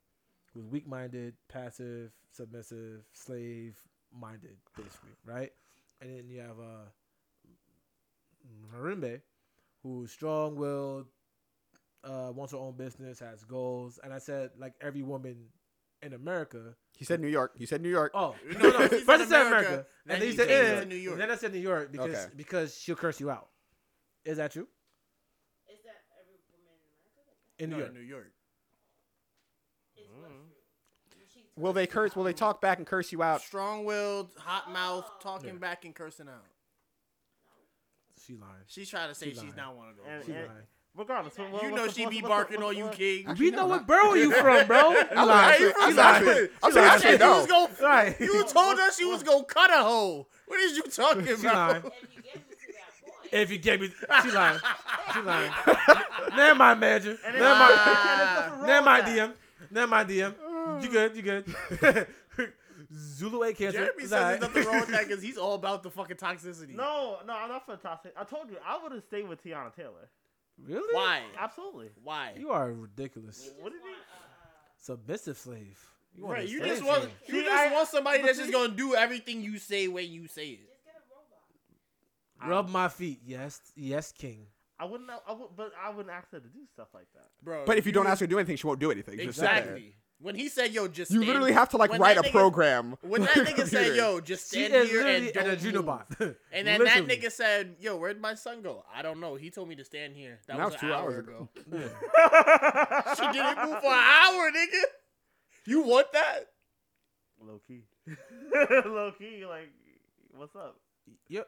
B: who's weak-minded, passive, submissive, slave-minded, basically, right? And then you have uh, Harimbe, who's strong-willed, uh, wants her own business, has goals, and I said like every woman in America.
A: He said New York. You said New York.
B: Oh
D: No,
B: no,
D: no,
B: no!
D: he said
B: First I said
D: America,
B: America,
D: then
B: and then
D: he
B: you said
D: changed it
B: India,
D: to New York.
B: and then I said New York because
A: Okay.
B: because she'll curse you out. Is that true?
E: Is that every woman in America? like that?
B: In New
D: No,
B: York,
D: New York.
E: Is what true? Will she
A: Will they curse? Will they talk back and curse you out?
D: Strong-willed, hot mouth, talking
B: Yeah.
D: back and cursing out.
B: she lying.
D: She's trying to say
B: She
D: she's
B: lying.
D: not one of those.
C: And-
B: She
D: women.
C: and-
B: lying.
C: Regardless, what- what-
D: you know
C: what's-
D: she
C: what's-
D: be
C: what's-
D: barking
C: what's-
D: on you,
C: what's-
D: king.
A: Actually,
B: we
A: no,
B: know
A: I'm
B: what
A: not.
B: borough you from, bro. You
A: I'm
B: lying.
A: like, hey,
B: You
A: I'm
B: lying.
A: sorry. I'm sorry,
B: She lying.
A: I said
D: You was
A: no.
D: gonna-
B: Right.
D: You told us you was gonna cut a hole. What is you talking
B: She
D: about?
B: lying.
E: If you get me to that
B: If you gave me,
E: point,
B: she lying. She lying. Never mind, manager.
C: And
B: Never mind.
C: it's- and there's nothing wrong
B: Never
C: with
B: mind,
C: that.
B: DM. Never mind, DM. You good? You good? Zulu A cancer.
D: Jeremy
B: It's
D: says
B: all right.
D: there's nothing wrong with that because he's all about the fucking toxicity.
C: No, no, I'm not for toxic. I told you I would have stayed with Tiana Taylor.
B: Really?
D: Why?
C: Absolutely.
D: Why?
B: You are ridiculous.
E: just
C: What did he?
E: want a, uh,
B: Submissive slave. You
D: Right, you
B: understand
D: just want
B: me.
D: you
C: See,
D: just
C: I-
D: want somebody
C: but
D: that's
C: see-
D: just gonna do everything you say when you say it.
E: just get a robot.
B: Rub my feet. Yes, yes, king.
C: I wouldn't. I would, but I wouldn't ask her to do stuff like that.
D: Bro,
A: But if you don't ask her to do anything, she won't do anything. Just sit there.
D: exactly. When he said, "Yo, just
A: You
D: stand-
A: literally have to like
D: when
A: write a
D: that nigga-
A: program.
D: When
A: on
D: that
A: your
D: nigga said,
A: computer.
D: "Yo, just
B: She
D: stand
B: is
D: here
B: literally
D: and
B: an
D: don't
B: adrenal
D: move,"
B: bot.
D: and then that
B: Literally.
D: nigga said, "Yo, where'd my son go? I don't know. He told me to stand here. That
A: Now
D: was
A: it's
D: two
A: two
D: hours
A: hours
D: ago.
B: Yeah.
D: she didn't move for an hour, nigga. You want that?
C: Low key. Low key. Like, what's up?
B: Yep.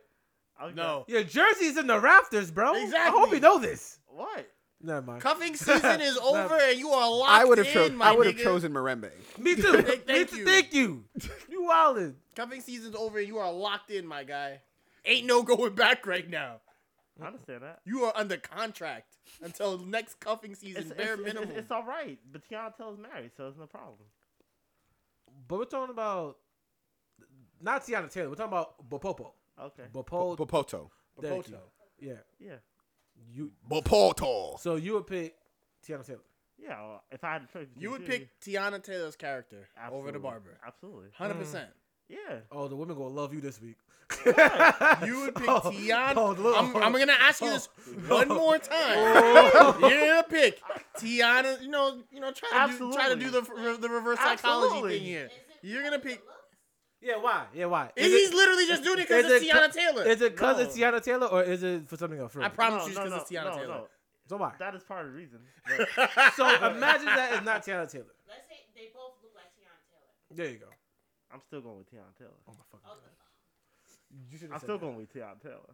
C: I'll
D: No.
B: Your jersey's in the rafters, bro. I hope
D: Exactly.
B: you know this.
C: get- What?
B: Never mind.
D: Cuffing season is over, and you are locked
A: I would have
D: in,
A: chosen.
D: my
A: I would have
D: nigga.
A: chosen Marembe.
B: Me too.
D: Thank-
B: Me
D: thank
B: too.
D: you.
B: Thank you. You wildin'.
D: Cuffing season's over, and you are locked in, my guy. Ain't no going back right now.
C: I understand that.
D: You are under contract until next cuffing season,
C: It's,
D: bare
C: it's, it's,
D: minimum.
C: it's, all right. But Tiana Taylor's married, so it's no problem.
B: But we're talking about not Tiana Taylor. We're talking about Bopopo.
C: Okay.
B: Bopo.
A: Bopoto.
B: thank you.
D: Bopoto.
B: Yeah.
C: Yeah.
B: You.
A: Bopoto.
B: So you would pick Tiana Taylor.
C: Yeah. Well, if I had to pick,
D: you would
C: between
D: pick Tiana Taylor's character
C: two,
D: over the
C: absolutely,
D: barber,
C: Absolutely.
D: hundred percent.
C: Yeah.
B: Oh, the women gonna love you this week.
D: You would pick
B: Oh,
D: Tiana.
B: hold on.
D: I'm, I'm gonna ask you this one more time.
B: Oh.
D: You're gonna pick Tiana. You know, you know, try to do, try to do the the reverse psychology
C: Absolutely.
D: thing here.
E: Is it
D: You're gonna
E: because
D: pick.
E: of looks?
B: yeah. Why? Yeah. Why? Is
D: He's
B: it-
D: literally just doing it because
B: is
D: it's
B: it
D: Tiana
B: co-
D: Taylor.
B: Is it because it's
C: No.
B: Tiana Taylor or is it for something else?
D: I promise you, because it's Tiana
C: no,
D: Taylor.
C: no.
B: So why?
C: That is part of the reason. But
B: So imagine that is not Tiana Taylor.
E: Let's say they both look like Tiana Taylor.
B: There you go.
C: I'm still going with Tiana Taylor.
B: Oh my fucking
E: Oh,
B: god. You should
C: I'm still going with Tiana Taylor.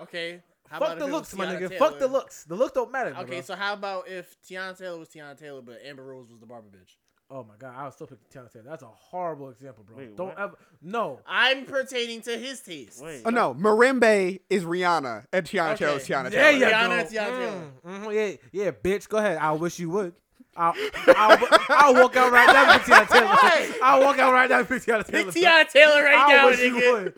D: Okay. How
B: Fuck
D: if
B: the
D: it was
B: looks, my
D: Tiana
B: nigga.
D: Taylor?
B: Fuck the looks. The look don't matter. nigga.
D: Okay, so how about if Tiana Taylor was Tiana Taylor, but Amber Rose was the barber bitch?
B: Oh my god, I was still picking Tiana Taylor. That's a horrible example, bro.
C: Wait,
B: don't
C: what?
B: ever. No.
D: I'm pertaining to his taste.
C: Wait.
A: Oh no, Marembe is Rihanna, and Tiana
D: Okay.
A: Taylor's Tiana
B: There
A: Taylor.
B: you go.
D: Tiana Taylor.
B: Mm, mhm, yeah, yeah, bitch. Go ahead. I wish you would. I'll, I'll, I'll walk out right now and pick Tiana Taylor. I'll walk out right now and pick Tiana
D: Pick
B: Taylor.
D: Tiana Taylor right
B: I
D: now,
B: wish you
D: nigga.
B: would.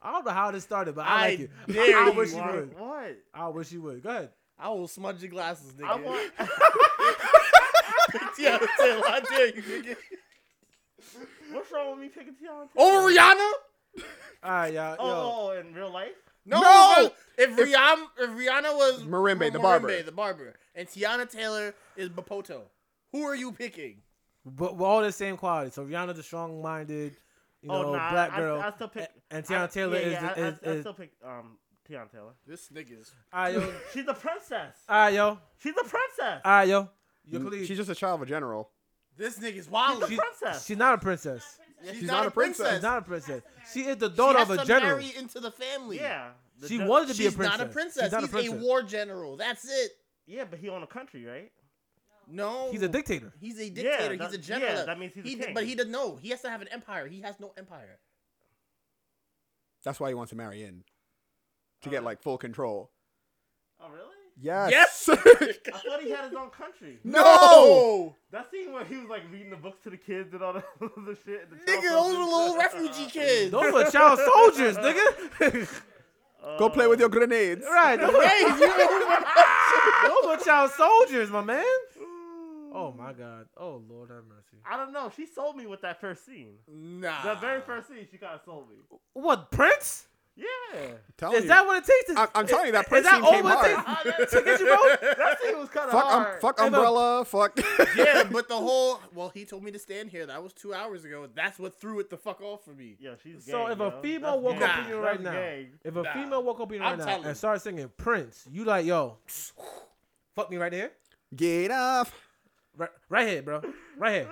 B: I don't know how this started, but I,
D: I
B: like it.
D: dare
B: I,
D: you.
B: wish you
C: Why-
B: would.
C: What?
B: I wish you would. Go ahead.
D: I will smudge your glasses, nigga.
C: I want.
D: yeah, Taylor, I dare you, nigga.
C: What's wrong with me picking Tiana?
D: Over Rihanna?
B: All right, y'all.
C: Oh,
B: Yo,
C: oh, in real life?
D: No,
A: No!
D: If, Rihanna, if Rihanna was
A: Marimbe, the
D: Marimbe,
A: barber.
D: the barber, and Tiana Taylor is Bapoto, who are you picking?
B: but we're all the same quality. So Rihanna's a strong-minded, you know,
C: oh, nah,
B: black
C: I-
B: girl.
C: I, I still pick.
B: A- and Tiana
C: I-
B: Taylor
C: yeah,
B: is.
C: yeah,
B: the-
C: I,
B: is,
C: I, I
B: is-
C: still pick um, Tiana Taylor.
D: This nigga's.
B: all right, yo.
C: She's a princess.
B: All right, yo.
C: She's a princess.
B: All right, yo. Yo, please.
A: She's just a child of a general.
D: This nigga's
C: She's
D: wild.
C: a princess.
B: She's not a princess.
D: She's,
A: She's not a princess.
B: She's not a princess. She is the
D: She
B: daughter
D: has
B: of a
D: to
B: general.
D: marry into the family.
C: yeah. The
B: She
C: gen-
B: wanted to be a
D: She's
B: princess.
D: not a princess.
B: She's not a
D: He's
B: princess.
D: war general. That's it.
C: Yeah, but he owned a country, right?
D: No.
B: He's a dictator.
D: He's a
C: Yeah,
D: dictator.
C: that-
D: he's a general.
C: yeah, that means he's a
D: he,
C: king.
D: But he doesn't know. He has to have an empire. He has no empire.
A: That's why he wants to marry in to get
C: Uh,
A: like full control.
C: Oh, really?
A: Yes.
C: I thought he had his own country.
A: No!
C: That scene where he was like reading the books to the kids and all that the shit. and the
D: Nigga,
C: child
D: those are little refugee kids.
B: Those were child soldiers, nigga.
A: Go play with your grenades.
B: right. Those were,
D: Hey, you-
B: those were child soldiers, my man. Oh my God. Oh Lord, have mercy.
C: I don't know. She sold me with that first scene.
D: nah.
C: The very first scene, she kind of sold me.
B: What prince?
C: Yeah.
A: Tell
B: Is that what it takes? To,
A: Oh, I- I'm telling you, that
B: is
A: prince
B: that
A: scene
B: all
A: came
B: what it
D: Ah,
A: hard.
B: takes to get you, bro?
C: That scene was kind of
A: fuck, um,
C: hard.
A: fuck
B: Hey, look.
A: umbrella. Fuck.
D: yeah, but the whole well, he told me to stand here. That was two hours ago. That's what threw it the fuck off for me.
C: Yo, she's
B: So
C: gang,
B: if
C: yo.
B: a female
C: That's
B: woke
C: gang.
B: up in you
C: That's
B: right now,
C: gang.
B: if a
D: Nah.
B: female woke up in you right
D: I'm
B: now
D: telling you.
B: and started singing Prince, you like yo, fuck me right here,
A: Get off.
B: right, right here, bro, right here.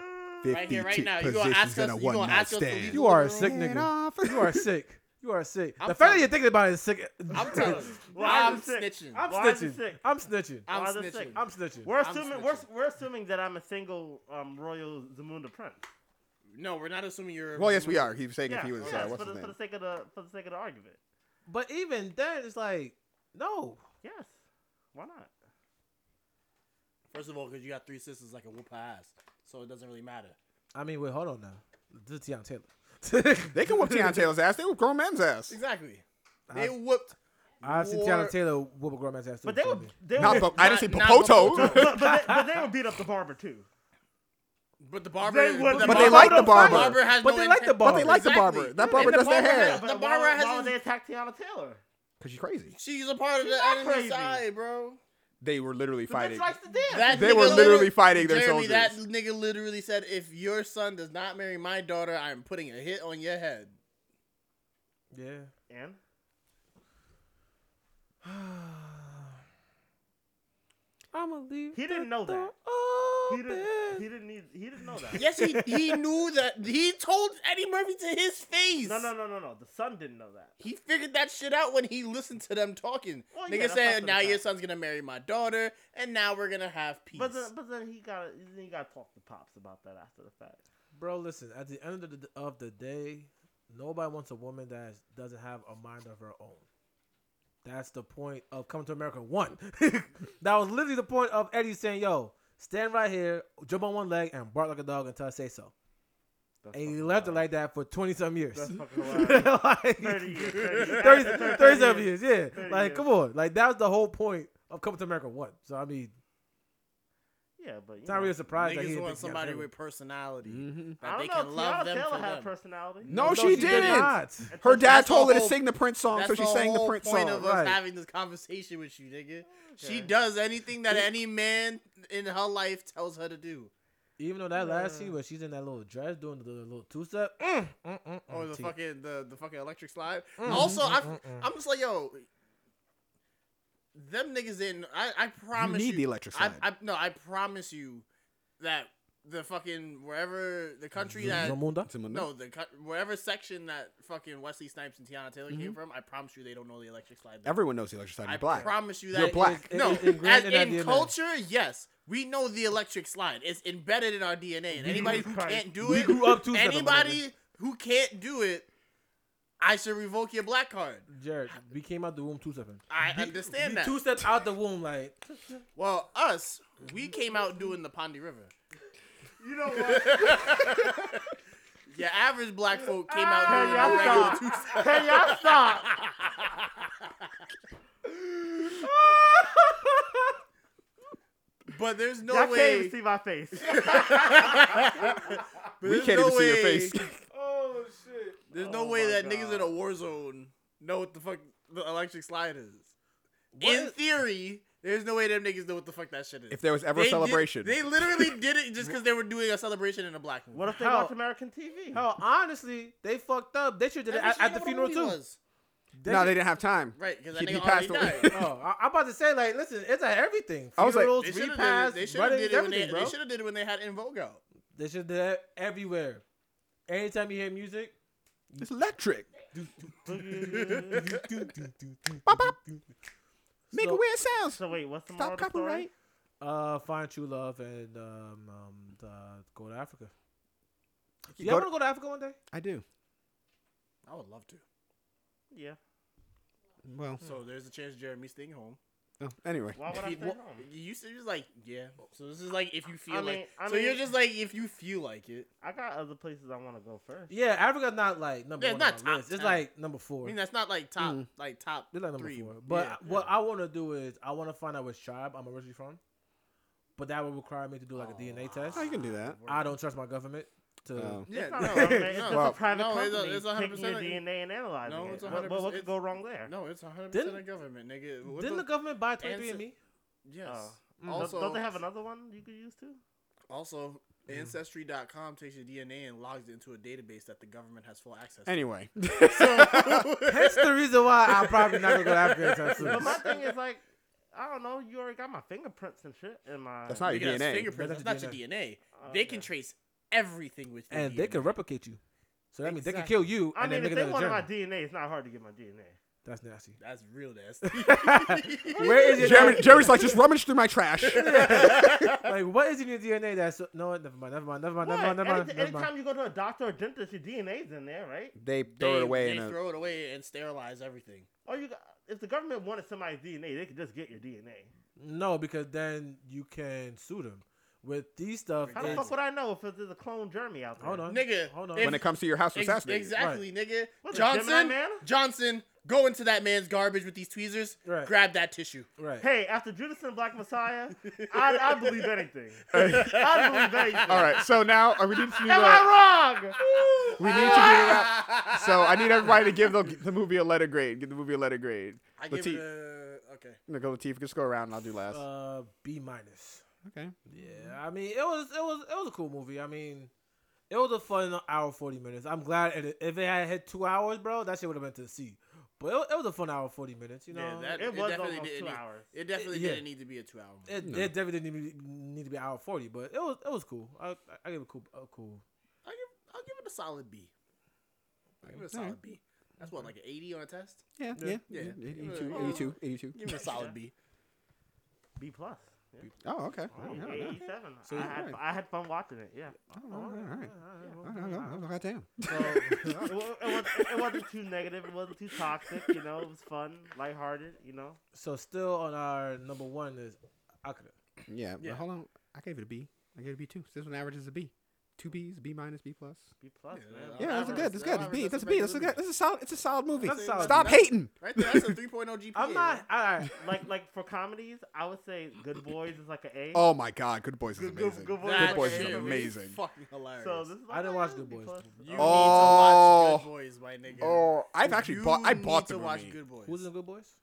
D: Right here, right
A: 52
D: now. You gonna
A: positions
D: ask us-
A: in a
D: you gonna
A: one-night
D: ask us to
A: stand.
D: leave
B: You are a
D: Get
B: sick
A: Get
B: nigga.
A: off.
B: You are sick. You are sick.
D: I'm
B: the fact that
D: telling
B: you're thinking about it is sick.
D: I'm telling you.
C: Why
D: I'm
C: is it sick?
D: snitching.
B: I'm
C: Why is it
B: snitching.
C: sick?
B: I'm snitching.
D: I'm
C: Why the
D: snitching.
C: sick?
B: I'm snitching.
C: We're
D: I'm
C: assuming we're,
D: snitching.
C: we're assuming that I'm a single um, royal Zamunda prince.
D: No, we're not assuming you're.
A: Well, yes, we are. He was saying
C: Yeah,
A: if he was.
C: yeah,
A: uh, what's
C: for,
A: his
C: the, for
A: name?
C: the sake of the for the sake of the argument.
B: But even then, it's like, no.
C: Yes, why not?
D: First of all, because you got three sisters like a whoop ass, so it doesn't really matter.
B: I mean, wait, hold on now. This is Tiana Taylor.
A: They can whoop Tiana Taylor's ass. They whoop grown men's ass.
D: Exactly.
B: I-
D: They whooped.
B: I've seen
D: Or-
B: Tiana Taylor whoop a grown man's ass. too,
C: But they
B: so I
C: would
B: mean-
C: they
A: Not,
C: would,
A: but I didn't say
D: Not- not
A: Popoto.
D: Popoto.
C: but, but, they, but they would beat up the barber too.
D: But the barber.
C: They would-
A: But they like the barber.
D: has
B: But
D: no
B: they like the
D: intent-
B: barber.
A: But they like the
D: Exactly.
A: barber. That barber
D: And the
A: does their
D: barber
A: hair
D: has-
C: But
D: The
C: why,
D: barber
C: why,
D: has
C: would
D: his-
C: they attack Tiana Taylor?
A: because she's crazy.
D: She's a part of the
C: not
D: enemy
C: crazy.
D: side, bro.
A: They were literally
C: The bitch
A: fighting.
C: likes to dance.
D: That
A: They
D: nigga
A: were literally fighting their
D: Jeremy, That
A: soldiers.
D: nigga literally said, "If your son does not marry my daughter, I am putting a hit on your head."
B: Yeah.
C: and
B: I'm gonna leave.
C: He didn't
B: the
C: know that.
B: door
C: he didn't.
B: open.
C: He didn't need. He didn't know that.
D: Yes, he, he knew that. He told Eddie Murphy to his face.
C: No, no, no, no, no. The son didn't know that.
D: He figured that shit out when he listened to them talking.
C: Well, yeah,
D: Nigga
C: that's not
D: said,
C: for
D: "Now
C: the
D: your
C: time.
D: son's gonna marry my daughter, and now we're gonna have peace."
C: But then, but then he got. Then he got to talk to pops about that after the fact.
B: Bro, listen. At the end of the, of the day, nobody wants a woman that doesn't have a mind of her own. That's the point of Coming to America One. that was literally the point of Eddie saying, "Yo, stand right here, jump on one leg, and bark like a dog until I say so."
C: That's
B: And he
C: fucking
B: left it
C: wild.
B: like that for twenty some years.
C: That's fucking wild.
B: like,
C: 30 years, 30 years.
B: 30, 37 years, yeah.
C: 30
B: like,
C: years.
B: come on. Like, that was the whole point of Coming to America 1. So, I mean,
C: Yeah, but you
B: it's not
C: know.
B: really a surprise. That he
D: Niggas
B: didn't
D: want
B: pick Tiana
D: somebody
B: Taylor.
D: with personality
A: Mhm.
D: that they
C: I
D: can
C: don't know.
D: love
C: Tiana
D: them
C: Taylor
D: for
C: had
D: them.
C: personality.
A: No, she, didn't.
B: Oh, not.
A: Her
C: That's
A: dad
D: the
A: told her to
D: whole-
A: sing the Prince song,
D: That's
A: so she
D: the
A: sang the
D: whole
A: Prince
D: point
A: song.
D: of us
B: right.
D: having this conversation with you, nigga. She
C: Okay.
D: does anything that any man in her life tells her to do.
B: Even though that last scene where she's in that little dress doing the, the little two step. Mm, mm, mm,
D: Or
A: Oh,
B: mm,
D: Oh, the
B: T.
D: fucking the, the fucking electric slide.
A: Mm-hmm.
D: Also,
B: mm,
D: I,
B: mm, mm.
D: I'm just like, yo, them niggas didn't. I, I promise you,
A: need the electric
D: I,
A: slide.
D: I, no, I promise you that the fucking wherever the country that
B: Zamunda?
D: no the cou- wherever section that fucking Wesley Snipes and Tiana Taylor came from, I promise you they don't know the electric slide. there.
A: Everyone knows the electric slide
D: I
A: is Mm-hmm. black.
D: promise you that
A: You're
D: is-
A: black.
B: It
D: no,
B: is ingrained
D: as
B: in
D: in,
B: our DNA.
D: culture, yes, we know the electric slide. It's embedded in our DNA, and anybody who
C: Christ.
D: can't do
B: We
D: it,
B: grew up two stepping,
D: anybody who can't do it, I should revoke your black card.
B: Jared, we came out the womb two stepping.
D: I understand that.
B: Two steps out the womb, like.
D: Well, us, we came out doing the Pondy River.
C: You know what?
D: Your average black folk came
C: Can
D: out doing the regular
C: y'all
D: two
C: stop? Can y'all stop?
D: But there's no
C: Y'all can't
D: way.
C: even see my face.
D: but
A: we
D: there's
A: can't
D: no
A: even see your
D: way-
A: face.
B: Oh shit.
D: There's
C: Oh
D: no way
C: my
D: that niggas in
C: God.
D: a war zone know what the fuck the electric slide is. In
B: What?
D: theory, there's no way them niggas know what the fuck that shit is.
A: if there was ever a
D: did-
A: celebration,
D: they literally did it just because they were doing a celebration in a black movie.
C: What if they
B: How-
C: watch American TV?
B: Hell, honestly, they fucked up. They should have did it
D: That
B: at, at
D: bitch
B: the
D: didn't know
B: funeral
D: what
B: too.
D: he was.
B: They
A: no,
B: should-
A: they didn't have time.
D: Right, because
A: He-
D: that
A: he
D: nigga
A: passed
D: already
A: away.
D: died.
B: Oh, I, I'm about to say like, listen, it's at everything.
A: I was like-
B: Funerals,
D: They should have done
B: repasts,
D: it. They should have
B: weddings,
D: did it when
B: everything,
D: they,
B: bro.
D: they should have did it when they had in Vogue out.
B: They should have did it everywhere. Anytime you hear music,
A: It's electric. Make
B: So-
A: weird sounds.
C: so wait, what's the moral of the story?
B: uh, find true love and um, um uh, go to Africa.
A: You
B: You
A: go
B: all want to go to Africa one day?
A: I do.
D: I would love to.
C: Yeah.
A: Well,
D: So there's a chance Jeremy's staying home.
A: oh, anyway,
C: Why would I
D: Hmm. He-
C: stay home?
D: wha- You said just like yeah. So this is like if you feel
C: I mean-
D: like.
C: I
D: so you're
C: mean-
D: just like if you feel like it.
C: I got other places I want to go first.
B: Yeah, Africa's not like number
D: Yeah,
B: one.
D: it's
B: on
D: not
B: my
D: top
B: list. It's
D: 10.
B: like number four.
D: I mean that's not like top
A: Mm.
D: like top
B: They're like number
D: three.
B: four. But
D: Yeah.
B: what I want to do is I want to find out which tribe I'm originally from. But that would require me to do like a DNA test.
A: oh, you can do that.
B: I don't trust my government to.
A: Oh.
D: Yeah,
C: It's not
D: no,
C: wrong, man. It's
D: no,
C: just
A: Well,
C: a private
D: no, it's a-
C: company
D: it's a hundred
C: taking your
D: percent-
C: DNA and analyzing
D: No,
C: it.
D: it's a
C: What-
D: hundred
C: what, what
D: percent-
C: could go wrong there?
D: No, it's 100
B: Didn't-
D: percent of government, nigga. What
B: Didn't the,
D: the,
B: government buy
D: answer-
B: 23andMe?
D: yes.
C: Oh.
B: Mm.
C: Don't-
D: Also,
C: don't they have another one you could use too?
D: also ancestry.com takes your DNA and logs it into a database that the government has full access. to.
A: Anyway,
B: Hence the reason why I'm probably not gonna go to Africa anytime
C: But
B: soon.
C: my thing is like, I don't know. You already got my fingerprints and shit in my.
A: That's not your
D: Nigga, that's
A: DNA.
D: fingerprints.
B: That's
D: That's,
B: your
D: not your DNA.
C: Oh,
D: They
C: okay.
D: can trace everything with your
B: And they
D: DNA.
B: can replicate you, so that means they can kill you.
C: I
B: and then
C: mean, if
B: make
C: they
B: another
C: wanted my
B: journey.
C: DNA, it's not hard to get my DNA.
B: That's nasty.
D: That's real nasty.
B: Where is your
A: Jeremy, Jeremy's like just rummage through my trash.
B: like what is in your DNA? That's so, no, never mind, never mind, never mind, never
C: What?
B: mind, never mind,
C: Anytime-
B: never mind.
C: anytime you go to a doctor or dentist, your DNA's in there, right?
A: they
D: they,
A: throw it away
D: They
A: in a.
D: throw it away and sterilize everything.
C: Or you, got, if the government wanted somebody's DNA, they could just get your DNA.
B: No, because then you can sue them. With these stuff,
C: How the
B: it's-
C: fuck would I know if there's a clone Jeremy out there?
B: hold on,
D: Nigga,
B: hold on.
D: if-
A: when it comes to your house to
D: Ex-
A: assassinate. you.
D: exactly, nigga.
C: What's that, Gemini
D: Johnson,
C: Man?
D: Johnson, go into that man's garbage with these tweezers.
B: Right.
D: Grab that tissue.
B: right.
C: Hey, after Judas and Black Messiah, I, I believe anything. I believe anything.
A: All right, so now uh, we need to do
C: Am
A: the-
C: I wrong?
A: we need to do that. So I need everybody to give the, the movie a letter grade. Give the movie a letter grade.
D: I give
A: Latif,
D: it a, okay.
A: Nicole Latif, just go around. and I'll do last.
B: Uh, B minus.
A: okay.
B: Yeah, I mean, it was it was it was a cool movie. I mean, it was a fun hour forty minutes. I'm glad it, if it had hit two hours, bro, that shit would have been to the sea. But it, it was a fun hour forty minutes. You know,
D: yeah, that,
C: it was
D: definitely
C: almost
D: didn't
C: two
D: need-
C: hours.
D: It definitely
B: Yeah.
D: didn't need to be a two-hour movie.
B: it, it definitely didn't need, to be- need to be hour forty, but it was it was cool. I I give it cool a cool.
D: I'll, give, I'll give it a solid B. I'll give it a solid B. That's what, like an 80 on a test?
A: Yeah, yeah, yeah.
D: yeah. Yeah.
A: 82,
D: Yeah.
A: 82, 82.
D: Give it a solid B.
C: B plus. Yeah.
A: Oh, okay.
C: Oh,
A: Yeah, yeah.
C: 87.
A: So
C: I,
A: you-
C: had, I had fun watching it. Yeah.
A: Oh, all right, all right.
B: Alright,
A: Oh, no, no, no, goddamn.
C: it, wa- it, was, it wasn't too negative. It wasn't too toxic. You know, it was fun, lighthearted. You know.
B: So still on our number one is Akira.
A: Yeah, but
D: Yeah.
A: hold on. I gave it a B. I gave it a B too. So this one averages a B. Two Bs, B minus, B plus.
C: B plus, man.
A: Yeah, that's a
D: Oh, average.
A: good. That's
D: That's
A: good. It's B.
D: average.
A: That's
D: That's
A: a
D: a
A: B.
D: pretty
A: That's a
D: good
A: good. That's a solid. It's a solid movie.
B: That's a solid
A: Stop
D: movie.
A: hating.
D: Right there, that's a 3.0 GPA.
B: I'm not. All right.
C: Like like for comedies, I would say Good Boys is like an A.
A: Oh my God, Good Boys is
C: Good- Good-
A: amazing.
C: Good Boys
D: That
A: Good Boys
D: shit
A: is
D: was
A: amazing.
D: fucking hilarious.
C: So this is
B: I didn't
C: like,
B: watch
C: eh,
B: Good
C: B
B: Boys.
C: plus.
D: you
A: Oh.
D: need to watch Good Boys, my nigga.
A: Oh, I've actually
D: You
A: bought. I
D: need
A: bought
D: to
A: the
D: watch
A: movie.
D: Good Boys.
B: Who's in Good Boys?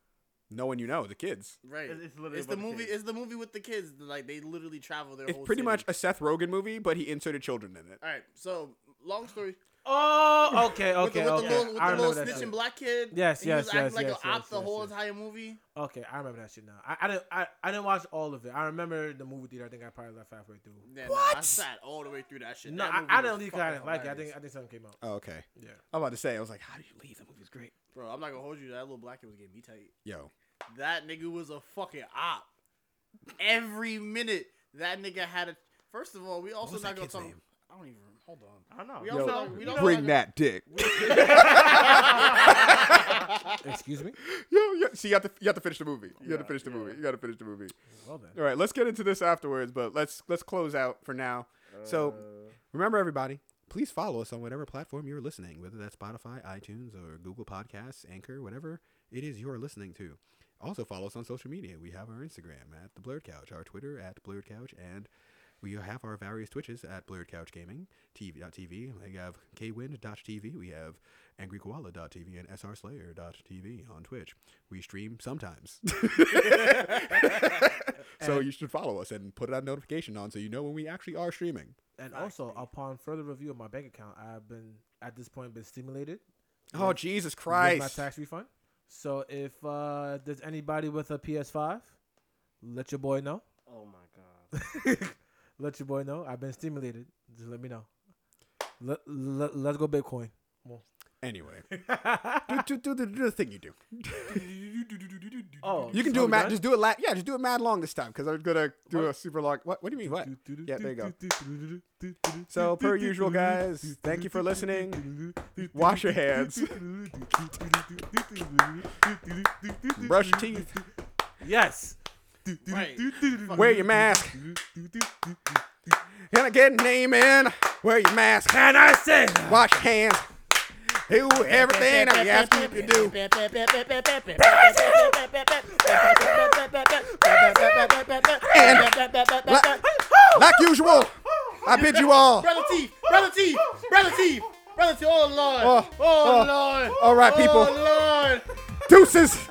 A: No one you know, the kids.
D: Right.
C: It's- it's literally
D: It's the
C: about the
D: movie.
C: kids.
D: It's the movie with the kids. Like they literally travel their
A: It's
D: whole.
A: pretty
D: city.
A: much a Seth Rogen movie, but he inserted children in it.
D: All right. So long story.
B: Oh, okay,
D: With
B: okay,
D: the, with
B: okay.
D: the little, with
B: I
D: the little
B: remember that.
D: snitching
B: shit.
D: black kid.
B: Yes, yes,
D: and he was acting
B: yes,
D: like
B: yes,
D: an op
B: yes,
D: the
B: yes,
D: whole
B: yes.
D: entire movie.
B: Okay, I remember that shit now. I, I didn't I, I didn't watch all of it. I remember the movie theater. I think I probably left halfway through.
D: Yeah, Nah, I
A: What?
D: sat all the way through that shit.
B: No,
D: That
B: I,
D: movie
B: I
D: was
B: didn't leave because I
D: fucking
B: didn't like it. I think
D: hilarious.
B: I think something came out.
A: Oh, okay.
B: Yeah.
A: I'm about to say, I was like, how did you leave? The movie's great.
D: Bro, I'm not gonna hold you. That little black kid was getting me tight.
A: Yo,
D: That nigga was a fucking op. Every minute that nigga had a. First of all, we also
A: was
D: not
A: that
D: gonna
A: kid's
D: talk.
A: name?
D: I don't even. Hold on.
C: I don't know.
D: We
A: Yo,
D: also we don't
A: bring that
D: like-
A: dick.
B: Excuse me.
A: yo, yo. See, you have to you have to finish the movie. You have to
C: Yeah,
A: finish the
C: yeah.
A: movie. You got to finish the movie.
B: Well then.
A: All right, let's get into this afterwards, but let's let's close out for now. so remember, everybody, please follow us on whatever platform you're listening, whether that's Spotify, iTunes, or Google Podcasts, Anchor, whatever it is you're listening to. Also follow us on social media. We have our Instagram at the Blurred Couch, our Twitter at Blurred Couch, and we have our various Twitches at Blurred Couch Gaming, TV.tv. We have KWind.tv. We have AngryKoala.tv and SRSlayer.tv on Twitch. We stream sometimes. so you should follow us and put that notification on so you know when we actually are streaming.
B: And also, upon further review of my bank account, I've been at this point been stimulated
A: Oh, Jesus
B: with my
A: Christ.
B: tax refund. So if uh, there's anybody with a PS5, let your boy know.
C: Oh my god.
B: let your boy know. I've been stimulated. Just let me know. Let, let, let's go Bitcoin.
A: Anyway, do, do, do, the- do the thing you do.
B: oh,
A: You can do it, mad. Just do it. La- yeah, just do it mad long this time because I'm gonna do a super long. What? What do you mean? What? Yeah, there you go. So, per usual, guys, thank you for listening. Wash your hands. Brush your teeth.
B: Yes.
D: Right.
A: Wear your mask. Can I get a name in? Wear your mask.
B: And I say,
A: Wash your hands. Do everything that we ask you to do. And like usual, I bid you all.
D: Relative, relative, relative, relative. Oh Lord.
A: Oh,
D: Oh,
A: oh.
D: Lord.
A: All right,
D: Oh
A: people.
D: Lord.
A: Deuces.